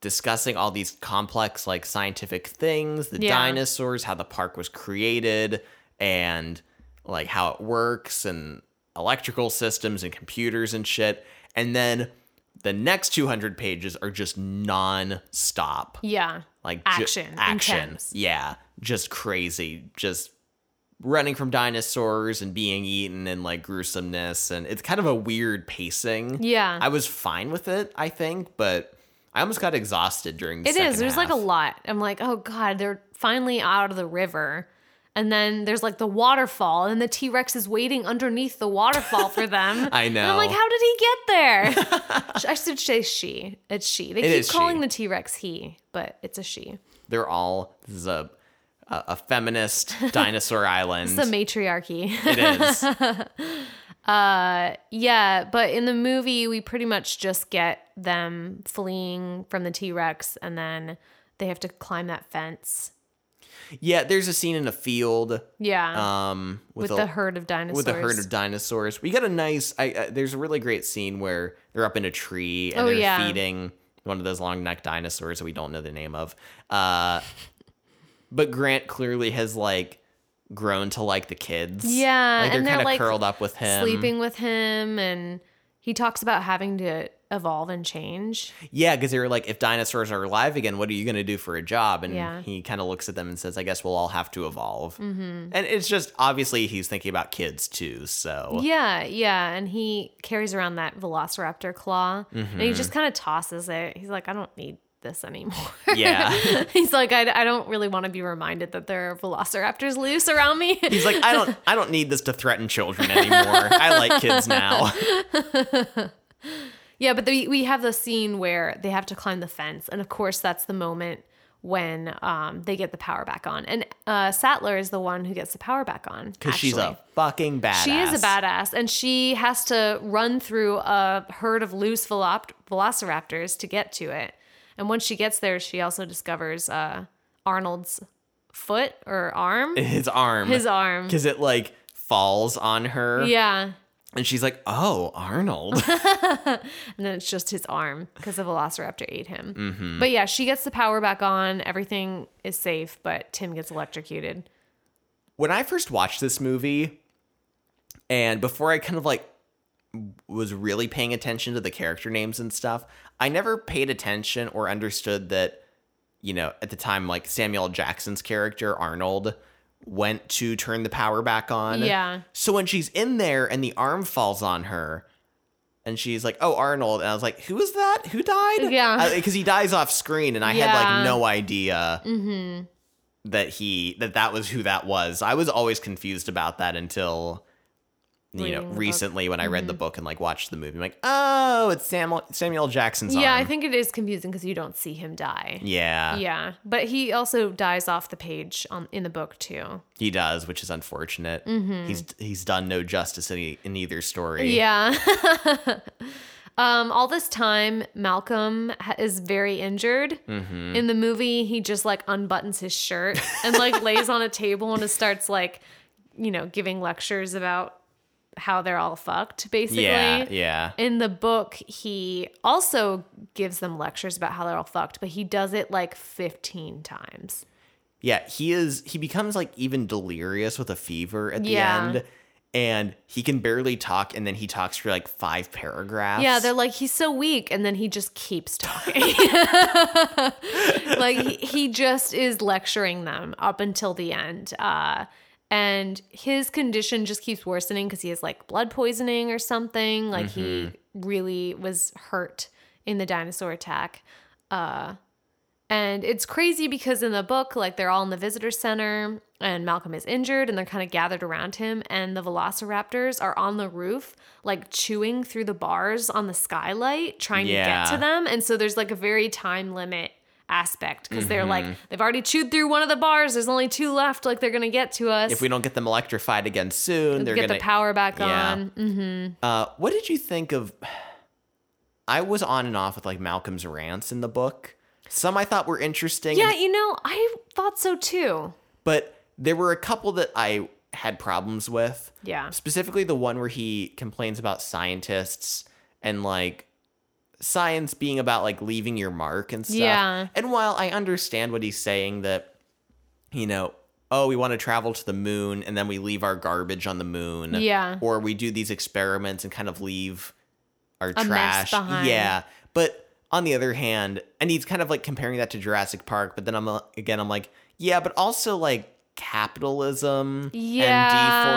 discussing all these complex like scientific things the Yeah. dinosaurs how the park was created and like how it works and electrical systems and computers and shit and then the next 200 pages are just non-stop yeah. like ju- Action, action, intense. yeah, just crazy, just running from dinosaurs and being eaten and like gruesomeness, and it's kind of a weird pacing. Yeah. I was fine with it, I think, but I almost got exhausted during. The It second is. There's like a half. lot. I'm like, oh God, they're finally out of the river. And then there's like the waterfall, and the T Rex is waiting underneath the waterfall for them. I And I'm like, know. how did he get there? I should say she. It's she. They keep is calling she. the T Rex he, but it's a she. They're all this is a a, a feminist dinosaur island. It's the matriarchy. it is. yeah, but in the movie, we pretty much just get them fleeing from the T Rex, and then they have to climb that fence. Yeah, there's a scene in a field. Yeah. Um, with with, a, the herd of dinosaurs. with a herd of dinosaurs. We got a nice. I uh, there's a really great scene where they're up in a tree and Oh, they're yeah. feeding one of those long necked dinosaurs that we don't know the name of. Uh, but Grant clearly has like grown to like the kids. Yeah, like they're and they're, kind of like, curled up with him. sleeping with him and he talks about having to evolve and change. Yeah, because they were like, if dinosaurs are alive again, what are you going to do for a job? And Yeah. he kind of looks at them and says, I guess we'll all have to evolve. Mm-hmm. And it's just obviously he's thinking about kids too. So Yeah, yeah, and he carries around that velociraptor claw and Mm-hmm. he just kind of tosses it. He's like I don't need this anymore. Yeah. He's like I, I don't really want to be reminded that there are velociraptors loose around me. He's like, I don't, I don't need this to threaten children anymore. I like kids now. Yeah, but the, we have the scene where they have to climb the fence, and of course, that's the moment when um, they get the power back on. And uh, Sattler is the one who gets the power back on Because she's actually. a fucking badass. she is a badass, and she has to run through a herd of loose velop- velociraptors to get to it. And once she gets there, she also discovers uh, Arnold's foot or arm, His arm. his arm. Because it like falls on her. Yeah, And she's like, oh, Arnold. and then it's just his arm because the velociraptor ate him. But yeah, she gets the power back on. Everything is safe, but Tim gets electrocuted. when I first watched this movie, and before I kind of like was really paying attention to the character names and stuff, I never paid attention or understood that, you know, at the time, like Samuel L. Jackson's character, Arnold, went to turn the power back on. Yeah. So when she's in there and the arm falls on her, and she's like, "Oh, Arnold," and I was like, "Who is that? Who died?" Yeah. because he dies off screen, and I had Yeah. like no idea Mm-hmm. that he that that was who that was. I was always confused about that until you Reading know the book. recently when I read the Mhm. book and like watched the movie. I'm like, "Oh, it's Samuel Samuel Jackson's Yeah, arm." I think it is confusing because you don't see him die. Yeah, Yeah, but he also dies off the page on in the book too. he does, which is unfortunate. He's he's done no justice in, e- in either story. Mm-hmm. Yeah. um, all this time, Malcolm ha- is very injured. hmm In the movie, he just like unbuttons his shirt and like lays on a table and starts like, you know, giving lectures about how they're all fucked, basically. Yeah, yeah. In the book, he also gives them lectures about how they're all fucked, but he does it like 15 times. Yeah, he is he becomes like even delirious with a fever at the Yeah. end and he can barely talk and then he talks for like five paragraphs. Yeah, they're like he's so weak, and then he just keeps talking. like he, he just is lecturing them up until the end, uh, and his condition just keeps worsening because he has like blood poisoning or something. Like he really was hurt in the dinosaur attack. Uh, and it's crazy because in the book, like they're all in the visitor center and Malcolm is injured and they're kind of gathered around him. And the velociraptors are on the roof, like chewing through the bars on the skylight, trying to get Yeah. to them. And so there's like a very time limit aspect because they're Mm-hmm. like, they've already chewed through one of the bars. There's only two left. Like they're going to get to us. if we don't get them electrified again soon, they're get gonna the power back Yeah. on. Mm-hmm. uh what did you think of I was on and off with like Malcolm's rants in the book. Some I thought were interesting, Yeah, and- you know, I thought so too. but there were a couple that I had problems with. Yeah. specifically the one where he complains about scientists and like science being about like leaving your mark and stuff. Yeah. And while I understand what he's saying that you know, oh, we want to travel to the moon and then we leave our garbage on the moon. Yeah. Or we do these experiments and kind of leave our mess trash. behind. Yeah. But on the other hand, and he's kind of like comparing that to Jurassic Park, but then I'm uh, again I'm like, yeah, but also like capitalism Yeah.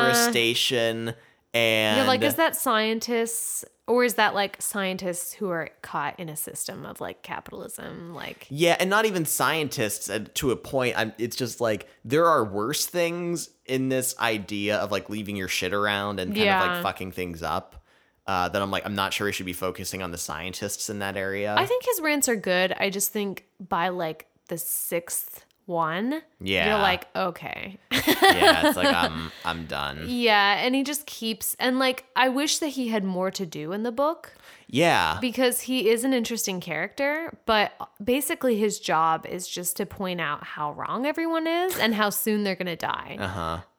and deforestation and You're like, is that scientists or is that like scientists who are caught in a system of like capitalism? Like, yeah, and not even scientists uh, to a point. I'm, it's just like there are worse things in this idea of like leaving your shit around and kind of Yeah. like fucking things up. Uh, that I'm like, I'm not sure we should be focusing on the scientists in that area. I think his rants are good. I just think by like the sixth one, yeah, you're like, okay. yeah, it's like I'm, I'm done. yeah. And he just keeps, and like, I wish that he had more to do in the book Yeah, because he is an interesting character, but basically his job is just to point out how wrong everyone is and how soon they're going to die. uh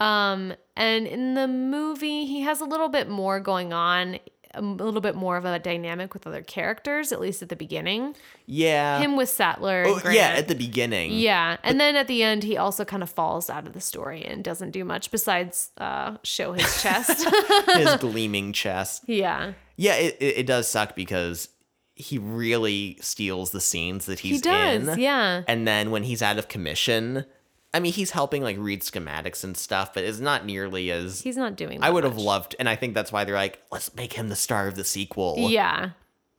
huh. Um, and in the movie, he has a little bit more going on, a little bit more of a dynamic with other characters, at least at the beginning. Yeah, Him with Sattler. and Uh, oh, yeah, Grant. at the beginning. yeah. And then at the end, he also kind of falls out of the story and doesn't do much besides uh, show his chest. his gleaming chest. yeah. Yeah, it, it, it does suck because he really steals the scenes that he's he does. in. Yeah. And then when he's out of commission, I mean, he's helping like read schematics and stuff, but it's not nearly as He's not doing I that would have much. loved. And I think that's why they're like, let's make him the star of the sequel. Yeah.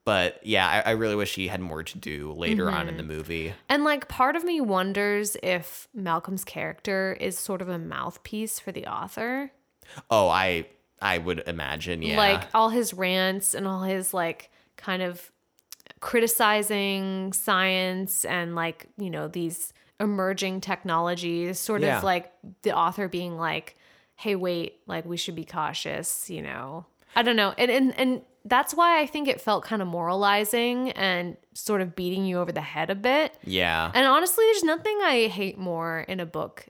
But yeah, I, I really wish he had more to do later on in the Mm-hmm. movie. And like part of me wonders if Malcolm's character is sort of a mouthpiece for the author. Oh, I I would imagine. Yeah. like all his rants and all his like kind of criticizing science and like you know these emerging technologies sort Yeah. of like the author being like hey wait like we should be cautious you know i don't know and and, and that's why i think it felt kind of moralizing and sort of beating you over the head a bit yeah. and honestly, there's nothing I hate more in a book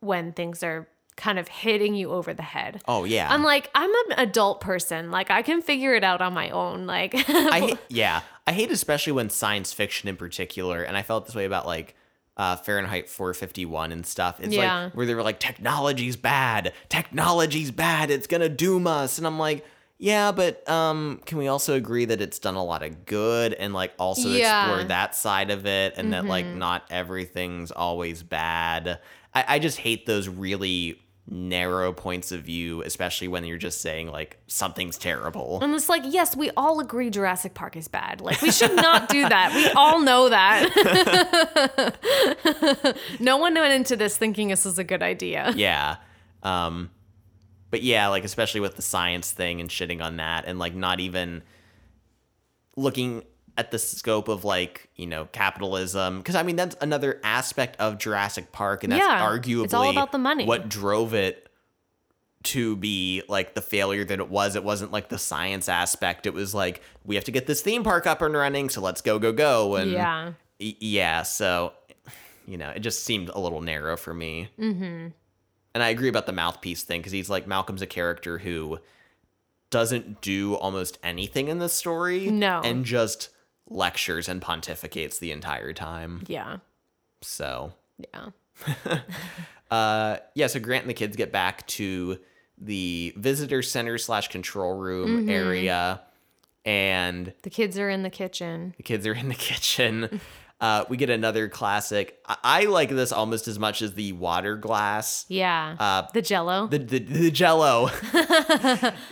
when things are kind of hitting you over the head. Oh yeah. I'm like, I'm an adult person. Like, I can figure it out on my own. Like, I hate, yeah, I hate especially when science fiction in particular, and I felt this way about like uh, Fahrenheit 451 and stuff. It's Yeah. like where they were like, technology's bad, technology's bad, it's gonna doom us, and I'm like, yeah, but um, can we also agree that it's done a lot of good and like also Yeah. Mm-hmm. explore that side of it, and that like not everything's always bad. I, I just hate those really narrow points of view, especially when you're just saying like something's terrible. And it's like, yes, we all agree Jurassic Park is bad. Like, we should not do that. We all know that. no one went into this thinking this is a good idea. yeah. Um but yeah, like especially with the science thing and shitting on that and like not even looking at the scope of like, you know, capitalism because I mean that's another aspect of Jurassic Park and that's Yeah, arguably it's all about the money. what drove it to be like the failure that it was. It wasn't like the science aspect. It was like we have to get this theme park up and running, so let's go go go and Yeah. Y- yeah so you know it just seemed a little narrow for me Mm-hmm. and i agree about the mouthpiece thing because he's like malcolm's a character who doesn't do almost anything in the story No. and just lectures and pontificates the entire time Yeah. so Yeah. uh yeah so grant and the kids get back to the visitor center slash control room Mm-hmm. area and The kids are in the kitchen. The kids are in the kitchen. Uh, we get another classic. I, I like this almost as much as the water glass. Yeah. Uh, the jello. the, the, the jello.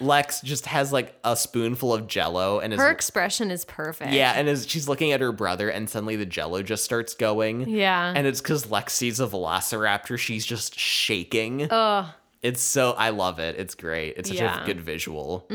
Lex just has like a spoonful of jello and is Her expression is perfect. yeah, and is she's looking at her brother and suddenly the jello just starts going. Yeah. And it's cause Lex sees a velociraptor, she's just shaking. Ugh. it's so I love it. It's great. It's such Yeah. Mm. a good visual.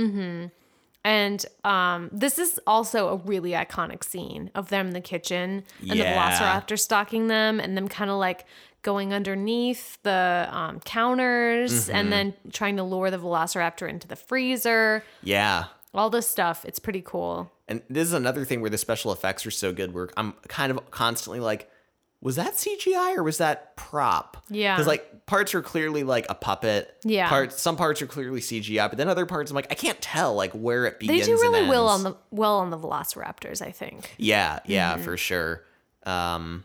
And um, this is also a really iconic scene of them in the kitchen and Yeah. the velociraptor stalking them and them kind of like going underneath the um, counters Mm-hmm. and then trying to lure the velociraptor into the freezer. Yeah. All this stuff. It's pretty cool. And this is another thing where the special effects are so good. Where I'm kind of constantly like, was that CGI or was that prop? Yeah. Because like parts are clearly like a puppet. Yeah. Parts some parts are clearly CGI, but then other parts I'm like, I can't tell like where it They begins. do really and well on ends. the Mm-hmm. well on the velociraptors, I think. Yeah, yeah, for sure. Um,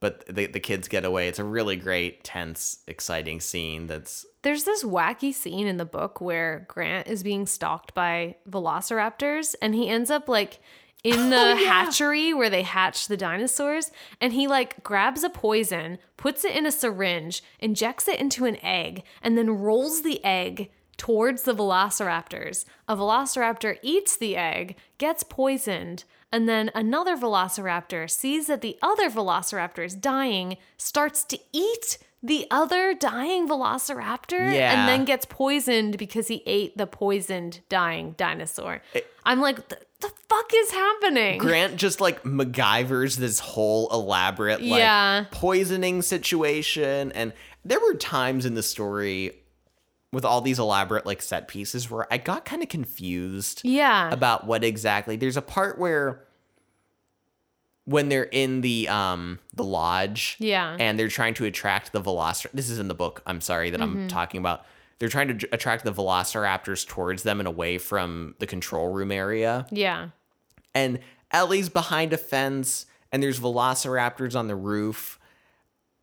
but the the kids get away. It's a really great, tense, exciting scene. That's There's this wacky scene in the book where Grant is being stalked by velociraptors and he ends up like in the hatchery where they hatch the dinosaurs and he like grabs a poison, puts it in a syringe, injects it into an egg, and then rolls the egg towards the velociraptors. A velociraptor eats the egg, gets poisoned, and then another velociraptor sees that the other velociraptor is dying, starts to eat the other dying velociraptor, Yeah. and then gets poisoned because he ate the poisoned dying dinosaur. I'm like, the, the fuck is happening? Grant just like MacGyver's this whole elaborate like Yeah. poisoning situation, and there were times in the story with all these elaborate like set pieces where I got kind of confused yeah. about what exactly. There's a part where when they're in the um the lodge, Yeah. and they're trying to attract the velociraptor. This is in the book. I'm sorry that Mm-hmm. I'm talking about. They're trying to j- attract the velociraptors towards them and away from the control room area yeah. and Ellie's behind a fence, and there's velociraptors on the roof.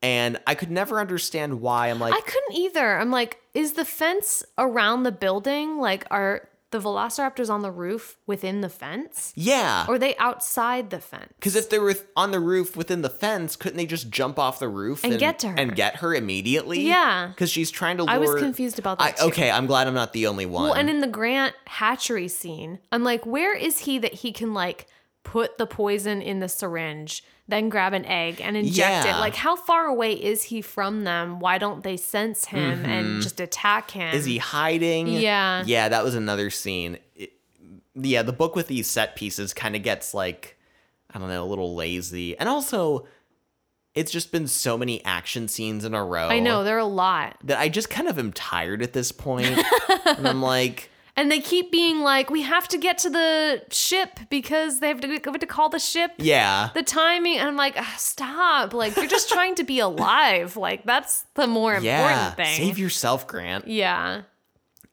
And I could never understand why. I'm like, I couldn't either. I'm like, is the fence around the building? Like, are the velociraptors on the roof within the fence? yeah. Or are they outside the fence? Because if they were th- on the roof within the fence, couldn't they just jump off the roof And get to her. and get her immediately? Yeah. Because she's trying to lure. I was confused about I, that. too. okay, I'm glad I'm not the only one. Well, and in the Grant hatchery scene, I'm like, where is he that he can like put the poison in the syringe, then grab an egg and inject Yeah. it? Like, how far away is he from them? Why don't they sense him and just attack him? Mm-hmm. Is he hiding? Yeah. Yeah, that was another scene. It- yeah, the book with these set pieces kind of gets like, I don't know, a little lazy. And also, it's just been so many action scenes in a row. I know there are a lot, That I just kind of am tired at this point. and I'm like, and they keep being like, we have to get to the ship because they have to, we have to call the ship. yeah. The timing, and I'm like, "Ah, stop! Like you're just trying to be alive. Like that's the more important Yeah. thing. Save yourself, Grant. yeah.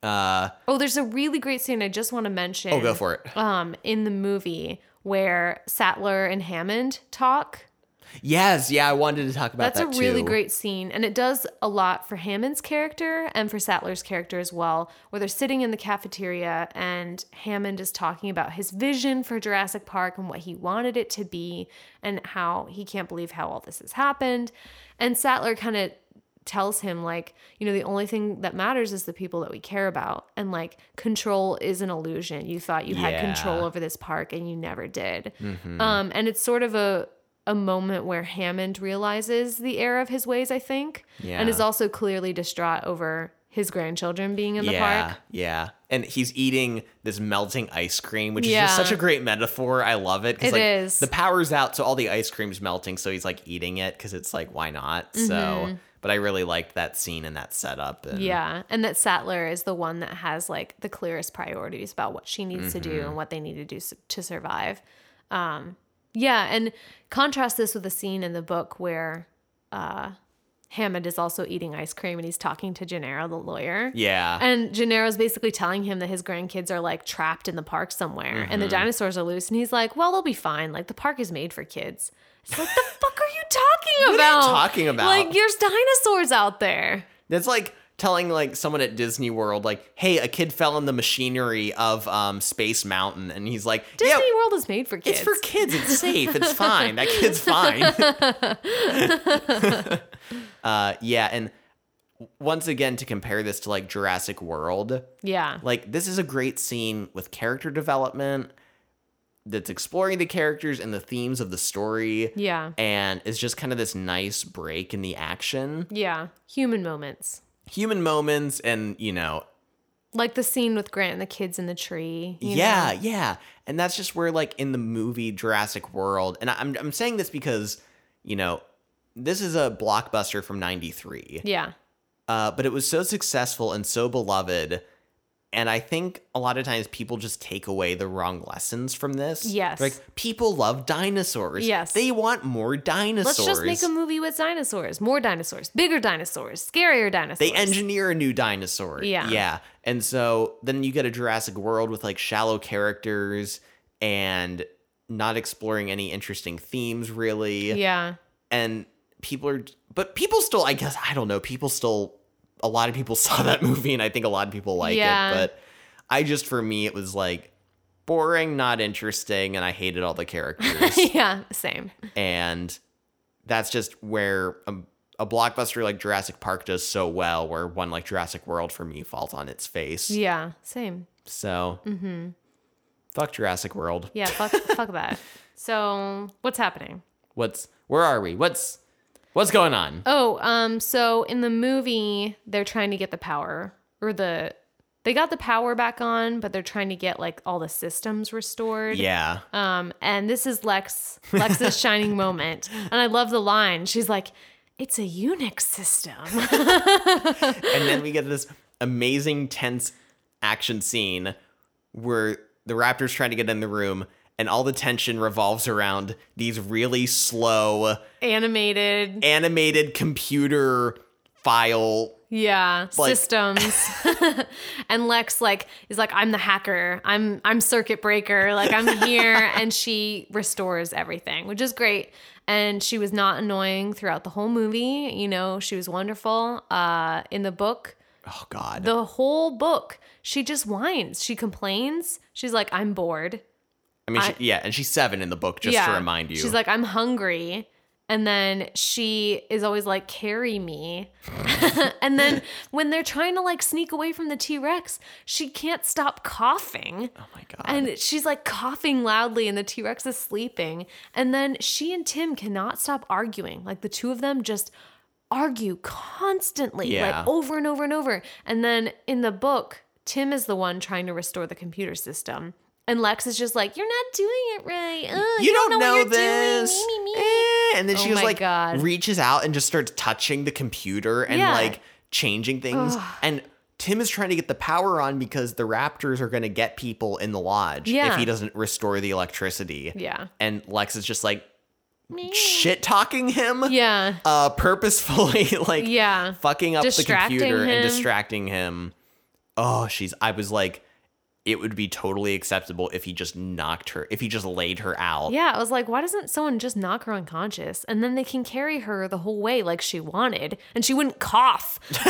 Uh, Oh, there's a really great scene I just want to mention. oh, go for it. Um, in the movie where Sattler and Hammond talk. Yes. Yeah, I wanted to talk about That's that a really too. great scene, and it does a lot for Hammond's character and for Sattler's character as well. Where they're sitting in the cafeteria, and Hammond is talking about his vision for Jurassic Park and what he wanted it to be, and how he can't believe how all this has happened. And Sattler kind of tells him like you know the only thing that matters is the people that we care about and like control is an illusion you thought you had control Yeah. over this park and you never did Mhm. um and it's sort of a a moment where hammond realizes the error of his ways i think yeah. and is also clearly distraught over his grandchildren being in the yeah, park Yeah. And he's eating this melting ice cream, which is just Yeah. such a great metaphor. I love it. 'cause, It like, is. The power's out, so all the ice cream's melting. So he's like eating it because it's like, why not? So, but I really liked that scene and that setup. And Mm-hmm. Yeah, and that Sattler is the one that has like the clearest priorities about what she needs to Mm-hmm. do and what they need to do s- to survive. Um, yeah, and contrast this with a scene in the book where uh, Hammond is also eating ice cream and he's talking to Gennaro, the lawyer. Yeah. And Gennaro's basically telling him that his grandkids are like trapped in the park somewhere and the Mm-hmm. dinosaurs are loose. And he's like, well, they'll be fine. Like, the park is made for kids. It's like, the fuck are you talking What are about? you talking about? Like, there's dinosaurs out there. That's like telling like someone at Disney World, like, hey, a kid fell in the machinery of um, Space Mountain, and he's like, Disney yeah, World is made for kids. it's for kids. It's safe. It's fine. That kid's fine. uh, yeah, and once again, to compare this to like Jurassic World, yeah. like this is a great scene with character development that's exploring the characters and the themes of the story. Yeah. And it's just kind of this nice break in the action. Yeah. Human moments. Human moments and, you know, Like the scene with Grant and the kids in the tree. you yeah, yeah. And that's just where like in the movie Jurassic World, and I- I'm I'm saying this because, you know, this is a blockbuster from 93. know? Yeah. Uh, but it was so successful and so beloved. And I think a lot of times people just take away the wrong lessons from this. Yes. Like people love dinosaurs. Yes. They want more dinosaurs. Let's just make a movie with dinosaurs. More dinosaurs. Bigger dinosaurs. Scarier dinosaurs. They engineer a new dinosaur. Yeah. Yeah. And so then you get a Jurassic World with like shallow characters and not exploring any interesting themes really. Yeah. And people are but people still I guess I don't know, people still a lot of people saw that movie and I think a lot of people like Yeah. it, but I just for me it was like boring, not interesting and I hated all the characters yeah. Same. and that's just where a, a blockbuster like Jurassic Park does so well, where one like Jurassic World for me falls on its face. Yeah. Same. So, fuck Jurassic World. Yeah. Fuck, fuck that. So what's happening? What's where are we? What's what's going on? Oh, um, so in the movie, they're trying to get the power or the they got the power back on, but they're trying to get like all the systems restored. Yeah, Um, and this is Lex Lex's shining moment, and I love the line. She's like, "It's a Unix system." and then we get this amazing tense action scene where the raptors trying to get in the room, and all the tension revolves around these really slow Animated, animated computer file yeah, Like- systems. and Lex like is like, "I'm the hacker. I'm I'm circuit breaker. Like I'm here." and she restores everything, which is great. And she was not annoying throughout the whole movie. You know, she was wonderful. Uh, in the book, Oh God. the whole book, she just whines. She complains. She's like, "I'm bored." I mean, she, yeah, and she's seven in the book, just to remind you. She's like, I'm hungry. And then she is always like, carry me. and then when they're trying to like sneak away from the T Rex, she can't stop coughing. oh my god. And she's like coughing loudly, and the T Rex is sleeping. And then she and Tim cannot stop arguing. Like the two of them just argue constantly, Yeah. like over and over and over. And then in the book, Tim is the one trying to restore the computer system. And Lex is just like, You're not doing it right. Ugh, you, don't, know, what you're this. doing. Me, me, me." Eh, And then Oh she just my like God. reaches out and just starts touching the computer and Yeah. like changing things. And Tim is trying to get the power on because the Raptors are going to get people in the lodge if Yeah. he doesn't restore the electricity. Yeah. And Lex is just like Me. shit talking him. Yeah. Uh, purposefully like Yeah. fucking up the Distracting computer him. and distracting him. Oh, she's. I was like, it would be totally acceptable if he just knocked her, if he just laid her out. Yeah, I was like, why doesn't someone just knock her unconscious and then they can carry her the whole way like she wanted and she wouldn't cough?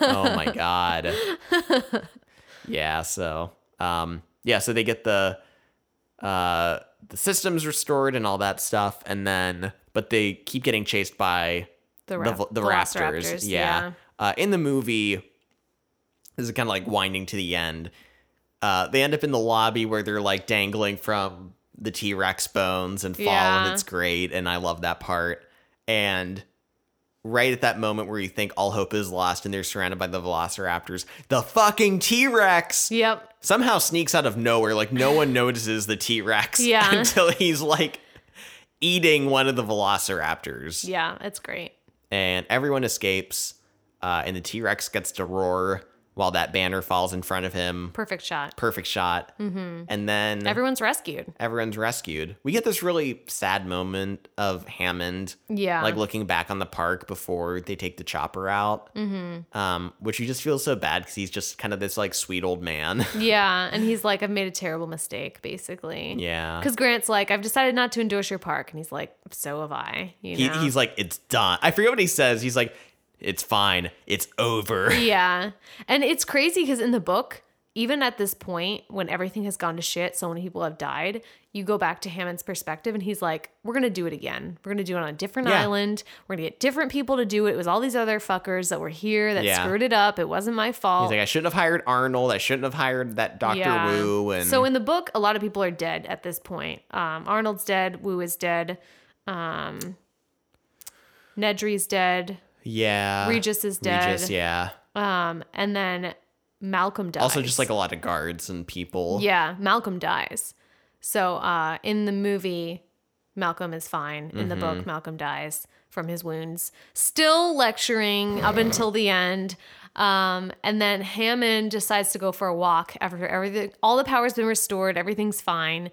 Oh my god. yeah. So, um, yeah. So they get the, uh, the systems restored and all that stuff, and then, but but they keep getting chased by The, the, rap- the Raptors. Yeah. Uh, in the movie, this is kind of like winding to the end. Uh, they end up in the lobby where they're like dangling from the T Rex bones and fall, Yeah. and it's great. And I love that part. And right at that moment where you think all hope is lost and they're surrounded by the velociraptors, the fucking T Rex Yep. somehow sneaks out of nowhere. Like no one notices the T Rex Yeah. until he's like eating one of the velociraptors Yeah. It's great. and everyone escapes. Uh, and the T Rex gets to roar while that banner falls in front of him. Perfect shot. Perfect shot. Mm-hmm. And then Everyone's rescued. everyone's rescued. We get this really sad moment of Hammond, Yeah. like looking back on the park before they take the chopper out, mm-hmm. um, which you just feel so bad because he's just kind of this like sweet old man. yeah. And he's like, I've made a terrible mistake, basically. yeah. Because Grant's like, I've decided not to endorse your park. And he's like, so have I. You He, know? he's like, it's done. I forget what he says. He's like, it's fine. It's over. yeah. And it's crazy because in the book, even at this point, when everything has gone to shit, so many people have died, you go back to Hammond's perspective and he's like, we're going to do it again. We're going to do it on a different Yeah. island. We're going to get different people to do it. It was all these other fuckers that were here that Yeah. screwed it up. It wasn't my fault. He's like, I shouldn't have hired Arnold. I shouldn't have hired that Doctor Wu. And so in the book, a lot of people are dead at this point. Um, Arnold's dead. Wu is dead. Um, Nedry's dead. yeah, Regis is dead. Uh, Regis, yeah. Um, and then Malcolm dies. Also, just like a lot of guards and people. yeah, Malcolm dies. So uh, in the movie, Malcolm is fine. In the Mm-hmm. book, Malcolm dies from his wounds. Still lecturing up until the end. Um, and then Hammond decides to go for a walk after everything. All the power's been restored. Everything's fine.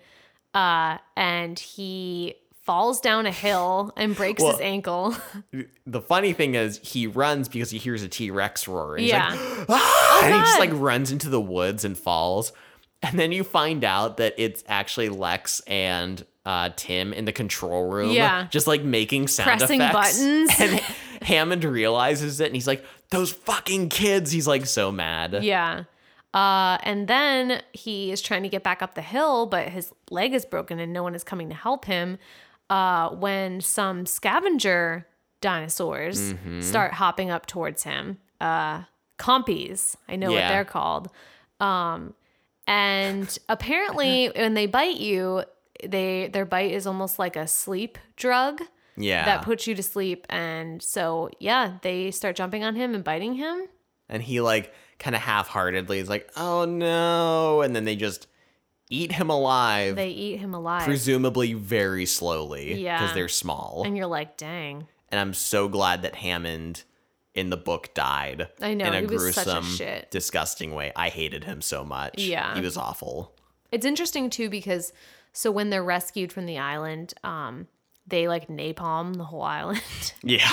Uh, and he falls down a hill and breaks Well- his ankle. The funny thing is, he runs because he hears a T Rex roar. And yeah. Oh, He's like, "Ah!" and he just God. like runs into the woods and falls. And then you find out that it's actually Lex and uh, Tim in the control room. Yeah. Just like making sound Pressing effects. buttons. And Hammond realizes it and he's like, those fucking kids. He's like so mad. Yeah. Uh, and then he is trying to get back up the hill, but his leg is broken and no one is coming to help him. Uh, when some scavenger dinosaurs start hopping up towards him, uh, compies, I know what Yeah. they're called. Um, and apparently, when they bite you, they their bite is almost like a sleep drug Yeah. that puts you to sleep. And so, yeah, they start jumping on him and biting him. And he like kind of half-heartedly is like, "Oh no!" And then they just eat him alive, They eat him alive. presumably very slowly, Yeah. because they're small. And-, And you're like, dang. I'm so glad that Hammond in the book died. I know, in a he was such a gruesome, shit. disgusting way. I hated him so much. Yeah. he was awful. It's interesting too because so when they're rescued from the island, um, they like napalm the whole island. Yeah,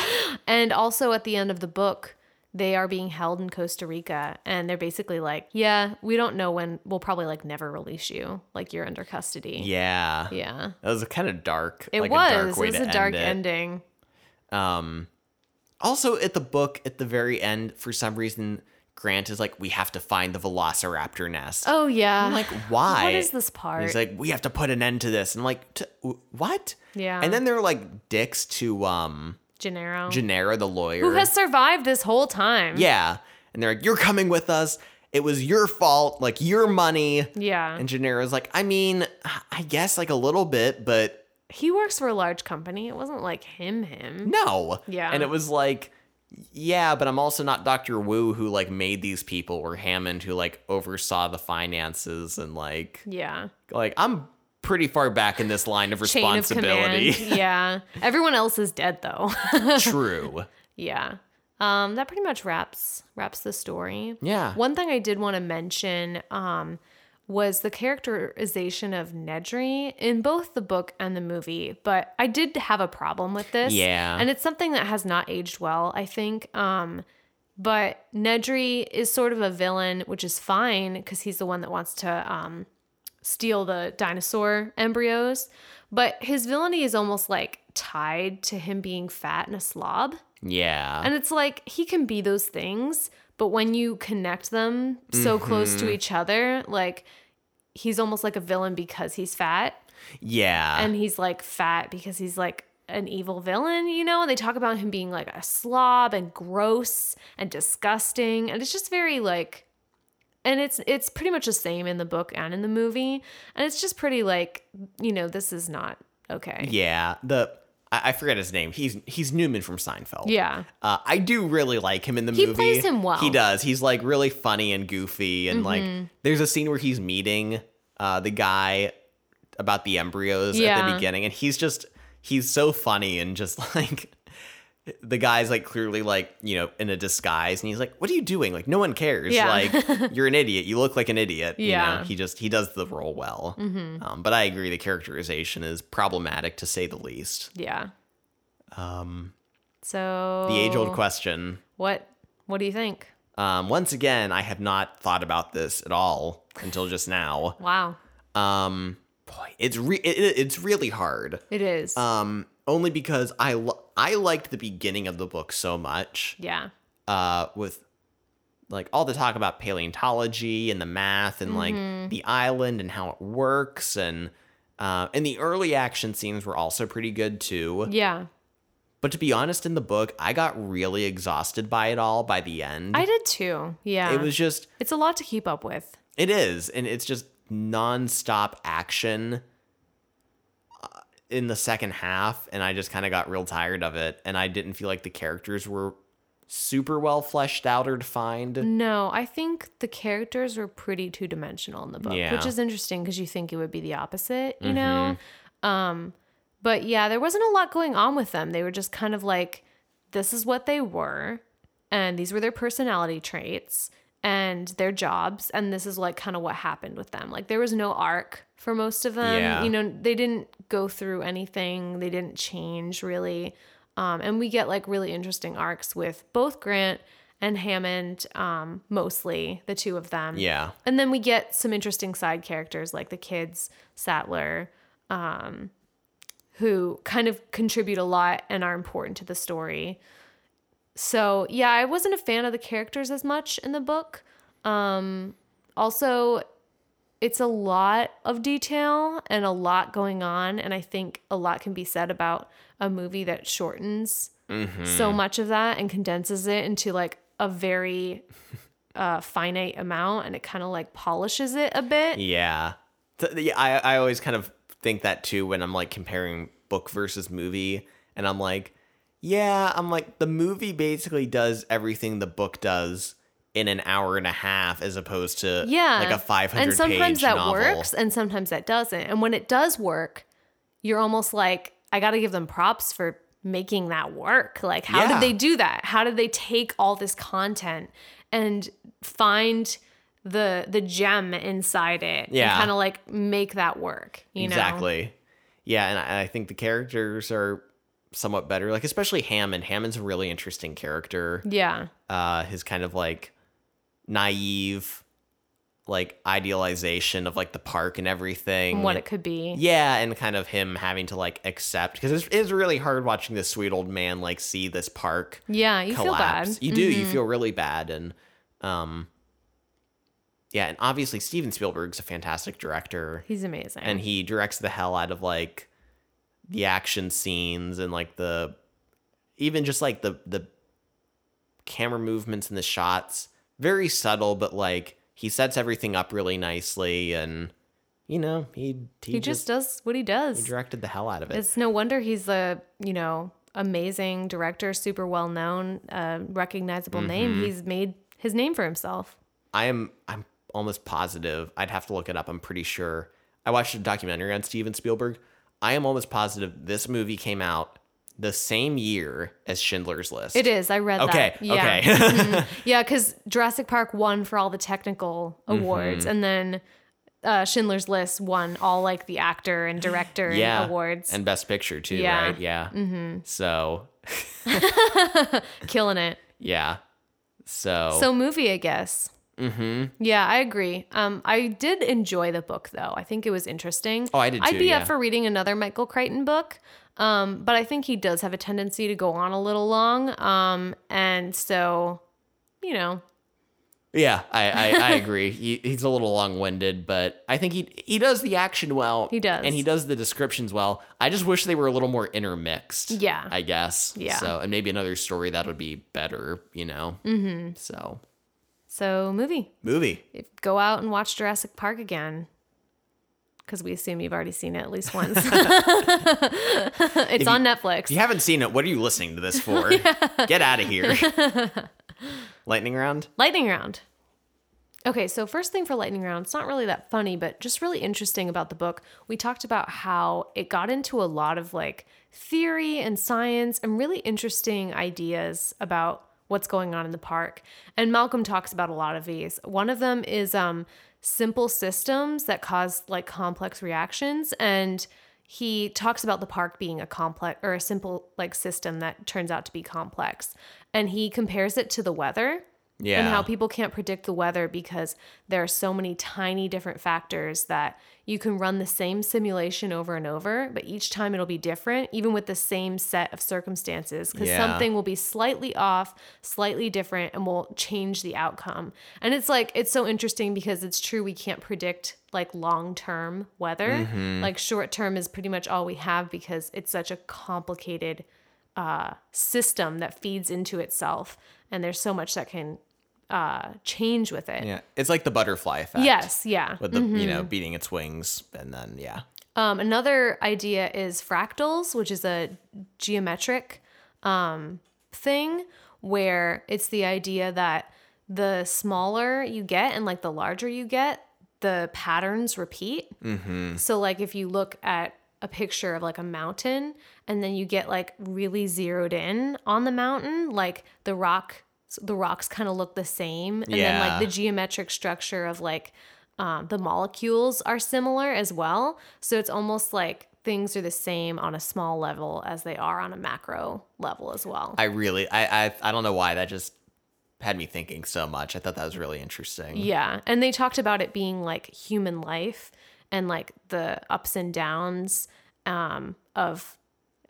and also at the end of the book, they are being held in Costa Rica and they're basically like, Yeah, we don't know when we'll probably like never release you. Like you're under custody. yeah. Yeah. That was kind of dark. It like was. A dark way it was to a dark end it. ending. Um, also, at the book, at the very end, for some reason, Grant is like, "We have to find the Velociraptor nest." Oh yeah. I'm like, why? What is this And part? he's like, we have to put an end to this. And I'm like, "T- w- what? Yeah. And then they're like dicks to um Gennaro. Gennaro, the lawyer. Oh. Who has survived this whole time? yeah. And they're like, you're coming with us. It was your fault, like your money. Yeah. And Gennaro's like, I mean, I guess like a little bit, but he works for a large company. It wasn't like him him. no. Yeah. And it was like, yeah, but I'm also not Dr. Wu who like made these people or Hammond who like oversaw the finances and like Yeah. like I'm pretty far back in this line of Chain of command. responsibility. yeah. Everyone else is dead though. True. yeah. Um, that pretty much wraps wraps the story. Yeah. One thing I did want to mention um, was the characterization of Nedry in both the book and the movie, but I did have a problem with this. Yeah. And it's something that has not aged well, I think. Um, but Nedry is sort of a villain, which is fine because he's the one that wants to um, steal the dinosaur embryos. But his villainy is almost like tied to him being fat and a slob. Yeah. And it's like he can be those things, but when you connect them so close Mm-hmm. to each other, like he's almost like a villain because he's fat, yeah. and he's like fat because he's like an evil villain, you know? And they talk about him being like a slob and gross and disgusting. And it's just very like and it's it's pretty much the same in the book and in the movie. And it's just pretty like, you know, this is not okay. Yeah, the I, I forget his name. He's he's Newman from Seinfeld. Yeah. Uh, I do really like him in the He movie. plays him well. Mm-hmm. He does. He's like really funny and goofy, and like there's a scene where he's meeting uh, the guy about the embryos at the Yeah. beginning, and he's just he's so funny and just like the guy's like clearly like you know in a disguise, and he's like, "What are you doing? Like no one cares. Yeah. Like you're an idiot. You look like an idiot. You know? Yeah. Mm-hmm. He just he does the role well. Um, but I agree, the characterization is problematic to say the least. Yeah. Um, So the age old question. What what do you think? Um, once again, I have not thought about this at all until just now. Wow. Um, boy, it's re- it, it- it's really hard. It is. Um, only because I lo- I liked the beginning of the book so much. yeah. Uh, with like all the talk about paleontology and the math and Mm-hmm. like the island and how it works and uh, and the early action scenes were also pretty good too. Yeah. But to be honest, in the book, I got really exhausted by it all by the end. I did too. Yeah. it was just it's a lot to keep up with. It is, and it's just nonstop action uh, in the second half, and I just kind of got real tired of it, and I didn't feel like the characters were super well fleshed out or defined. No, I think the characters were pretty two dimensional in the book, Yeah. which is interesting because you think it would be the opposite, you know? Mm-hmm. Um, but yeah, there wasn't a lot going on with them. They were just kind of like, this is what they were, and these were their personality traits and their jobs, and this is like kind of what happened with them. Like, there was no arc for most of them. Yeah. You know, they didn't go through anything, they didn't change really. Um, and we get like really interesting arcs with both Grant and Hammond, um, mostly the two of them. Yeah. And then we get some interesting side characters like the kids, Sattler, um, who kind of contribute a lot and are important to the story. So, yeah, I wasn't a fan of the characters as much in the book. Um, also, it's a lot of detail and a lot going on. And I think a lot can be said about a movie that shortens so much of that and condenses it into like a very uh, finite amount and it kind of like polishes it a bit. Yeah. Th- yeah, I, I always kind of think that too when I'm like comparing book versus movie, and I'm like, yeah, I'm like, the movie basically does everything the book does in an hour and a half as opposed to Yeah. like a 500 And sometimes page that novel. works and sometimes that doesn't. And when it does work, you're almost like, I got to give them props for making that work. Like, how Yeah. did they do that? How did they take all this content and find the the gem inside it Yeah. kind of like make that work you know exactly. Yeah, and I, I think the characters are somewhat better. Like especially Hammond. Hammond's a really interesting character. yeah Uh, his kind of like naive, like idealization of like the park and everything. what it could be yeah, and kind of him having to like accept because it's, it's really hard watching this sweet old man like see this park yeah, you collapse. feel bad Mm-hmm. You do. You feel really bad, and um, yeah, and obviously Steven Spielberg's a fantastic director he's amazing and he directs the hell out of like the action scenes and like the even just like the the camera movements and the shots very subtle but like he sets everything up really nicely and you know he he, he just, just does what he does. directed the hell out of it It's no wonder he's a you know amazing director, super well known, uh, recognizable Mm-hmm. name. He's made his name for himself. i am i'm almost positive i'd have to look it up i'm pretty sure i watched a documentary on steven spielberg i am almost positive this movie came out the same year as schindler's list It is. I read okay that. Yeah. Mm-hmm. okay Yeah, because Jurassic Park won for all the technical Mm-hmm. awards, and then uh, Schindler's List won all like the actor and director and awards. and best picture too Yeah. right yeah mm-hmm. so Killing it. yeah so, So movie, I guess. Mm-hmm. Yeah, I agree. Um, I did enjoy the book though. I think it was interesting. Oh, I did too, I'd be yeah. up for reading another Michael Crichton book. Um, but I think he does have a tendency to go on a little long. Um, and so, you know, Yeah, I, I, I agree. He, he's a little long winded, but I think he he does the action well. He does. and he does the descriptions well. I just wish they were a little more intermixed. Yeah. I guess. Yeah. So, and maybe another story that would be better. You know. Mm-hmm. So, So movie. movie. If- Go out and watch Jurassic Park again. Because we assume you've already seen it at least once. it's If on Netflix. If you haven't seen it, what are you listening to this for? Get out of here. Lightning round. Lightning round. Okay, so first thing for lightning round, it's not really that funny, but just really interesting about the book. We talked about how it got into a lot of like theory and science and really interesting ideas about what's going on in the park. And Malcolm talks about a lot of these. One of them is um simple systems that cause like complex reactions and he talks about the park being a complex or a simple like system that turns out to be complex. And he compares it to the weather Yeah. and how people can't predict the weather because there are so many tiny different factors that you can run the same simulation over and over, but each time it'll be different, even with the same set of circumstances, because Yeah. something will be slightly off, slightly different, and will change the outcome. And it's like, it's so interesting because it's true, we can't predict like long term weather. Mm-hmm. Like, short term is pretty much all we have because it's such a complicated uh, system that feeds into itself. And there's so much that can uh, change with it. yeah. It's like the butterfly effect. Yes, yeah. With the you know beating its wings and then yeah. Um, another idea is fractals, which is a geometric um, thing where it's the idea that the smaller you get and like the larger you get, the patterns repeat. So, like, if you look at a picture of like a mountain and then you get like really zeroed in on the mountain, like the rock, the rocks kind of look the same. And then, Yeah. like, the geometric structure of like um, the molecules are similar as well. So, it's almost like things are the same on a small level as they are on a macro level as well. I really I I, I don't know why that just had me thinking so much. I thought that was really interesting. Yeah. And they talked about it being like human life and like the ups and downs um, of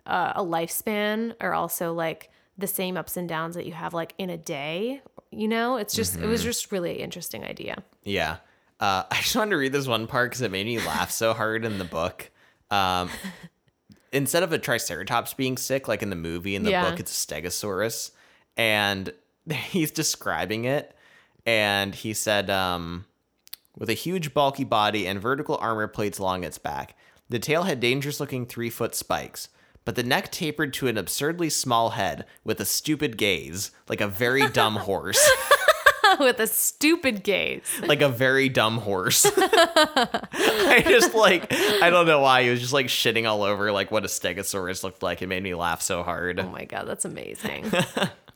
uh, a lifespan are also like the same ups and downs that you have like in a day. You know, it's just, it was just really interesting idea. Yeah. Uh, I just wanted to read this one part because it made me laugh so hard in the book. Um, instead of a triceratops being sick, like in the movie, in the Yeah. book, it's a stegosaurus. And he's describing it. And he said, um, with a huge, bulky body and vertical armor plates along its back, the tail had dangerous looking three foot spikes. But the neck tapered to an absurdly small head with a stupid gaze, like a very dumb horse. With a stupid gaze. like a very dumb horse. I just like I don't know why he was just like shitting all over like what a stegosaurus looked like. It made me laugh so hard. Oh my God, that's amazing.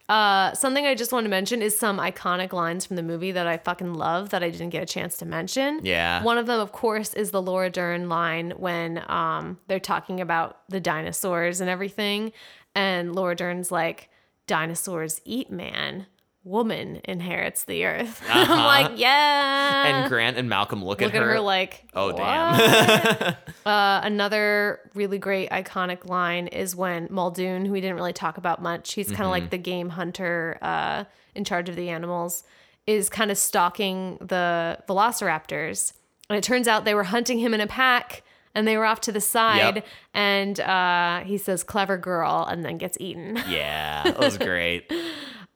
Uh, something I just want to mention is some iconic lines from the movie that I fucking love that I didn't get a chance to mention. Yeah. One of them, of course, is the Laura Dern line when um, they're talking about the dinosaurs and everything. And Laura Dern's like, dinosaurs eat man, woman inherits the earth. I'm like, yeah. Uh-huh. and Grant and Malcolm look, Uh, Look at her like, Oh "What?" damn. Uh, another really great iconic line is when Muldoon, who we didn't really talk about much, he's kind of like the game hunter uh, in charge of the animals, is kind of stalking the velociraptors. And it turns out they were hunting him in a pack and they were off to the side. Yep. And uh, he says, clever girl, and then gets eaten. yeah, that was great.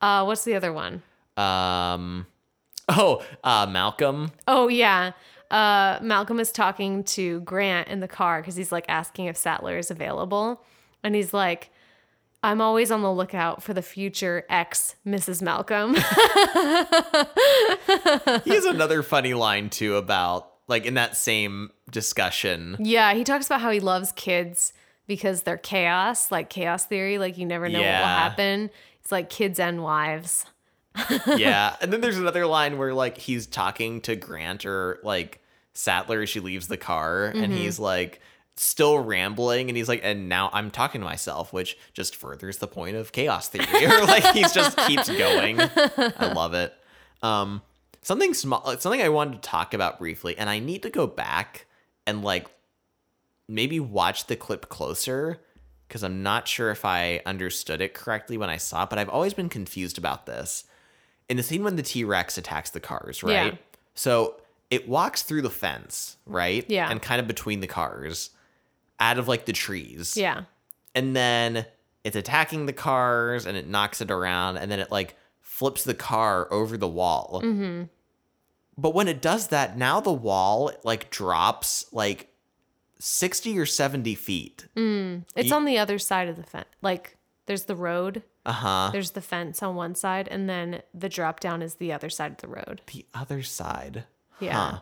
Uh, what's the other one? Um Oh, uh Malcolm. Oh yeah. Uh, Malcolm is talking to Grant in the car because he's like asking if Sattler is available, and he's like, "I'm always on the lookout for the future ex Mrs. Malcolm." He has another funny line too about like in that same discussion. yeah, he talks about how he loves kids because they're chaos, like chaos theory, like you never know what will Yeah. happen. It's like kids and wives. Yeah. And then there's another line where like he's talking to Grant or like Sattler as she leaves the car and he's like still rambling and he's like, and now I'm talking to myself, which just furthers the point of chaos theory. or like he's just keeps going. I love it. Um something small like, something I wanted to talk about briefly, and I need to go back and like maybe watch the clip closer because I'm not sure if I understood it correctly when I saw it, but I've always been confused about this in the scene when the T Rex attacks the cars, Yeah. right? So it walks through the fence, right? Yeah. And kind of between the cars, out of like the trees. Yeah. And then it's attacking the cars and it knocks it around and then it like flips the car over the wall. Mm-hmm. But when it does that, now the wall like drops like 60 or 70 feet. Mm. It's Ye- on the other side of the fence. Like there's the road, Uh huh. there's the fence on one side, and then the drop down is the other side of the road. The other side. Yeah. Huh.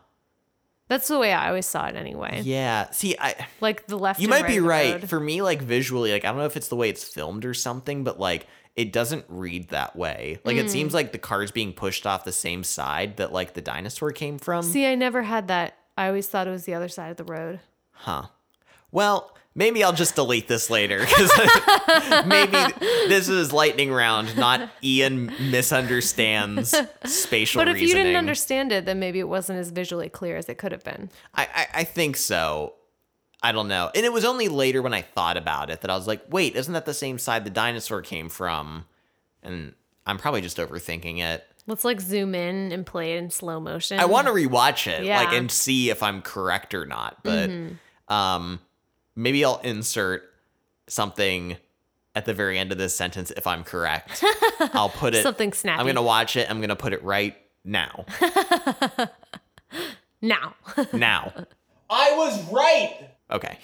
That's the way I always saw it anyway. Yeah. See, I. Like the left. you and might right be of the right road. for me like visually like i don't know if it's the way it's filmed or something but like it doesn't read that way like it Mm. seems like the car's being pushed off the same side that like the dinosaur came from See, I never had that. I always thought it was the other side of the road. huh well maybe i'll just delete this later because maybe this is lightning round not ian misunderstands spatial But if you didn't reasoning. understand it, then maybe it wasn't as visually clear as it could have been. I, I i think so I don't know. And it was only later when I thought about it that I was like, wait, isn't that the same side the dinosaur came from? And I'm probably just overthinking it. Let's like zoom in and play it in slow motion. I want to rewatch it, like, Mm-hmm. Yeah. Mm-hmm. and see if I'm correct or not. But um, maybe I'll insert something at the very end of this sentence if I'm correct. I'll put it. something snappy. I'm gonna watch it. I'm gonna put it right now. now. Now. I was right. Okay.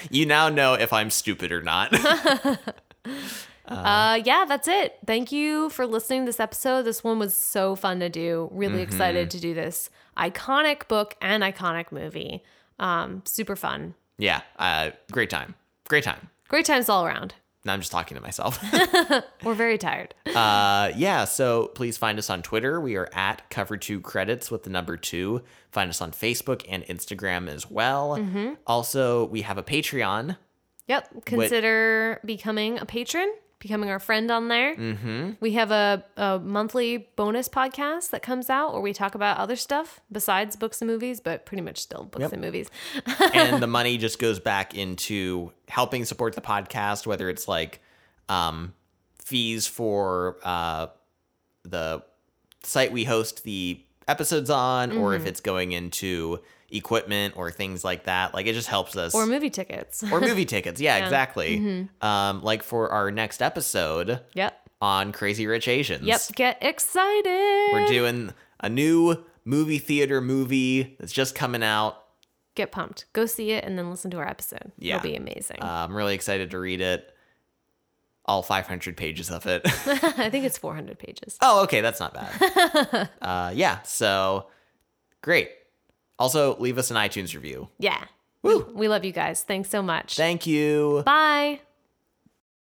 you now know if I'm stupid or not. Uh, yeah, that's it. Thank you for listening to this episode. This one was so fun to do. Really Mm-hmm. excited to do this iconic book and iconic movie. Um, super fun. yeah. Uh, great time. Great time. Great times all around. Now I'm just talking to myself. We're very tired. Uh, yeah, so please find us on Twitter. We are at cover two credits with the number two. Find us on Facebook and Instagram as well. Also, we have a Patreon. Yep. Consider becoming a patron, becoming our friend on there. Mm-hmm. We have a, a monthly bonus podcast that comes out where we talk about other stuff besides books and movies, but pretty much still books Yep. and movies. and the money just goes back into helping support the podcast, whether it's like um, fees for uh, the site we host the episodes on, or if it's going into equipment or things like that. Like it just helps us. or movie tickets. or movie tickets. Yeah, exactly. Um, like for our next episode Yep. on Crazy Rich Asians. Yep. Get excited. We're doing a new movie theater movie that's just coming out. Get pumped. Go see it and then listen to our episode. Yeah. It'll be amazing. Uh, I'm really excited to read it. All 500 pages of it. I think it's 400 pages. oh, okay. That's not bad. uh, yeah. So great. Also, leave us an iTunes review. Yeah. Woo. We love you guys. Thanks so much. Thank you. Bye.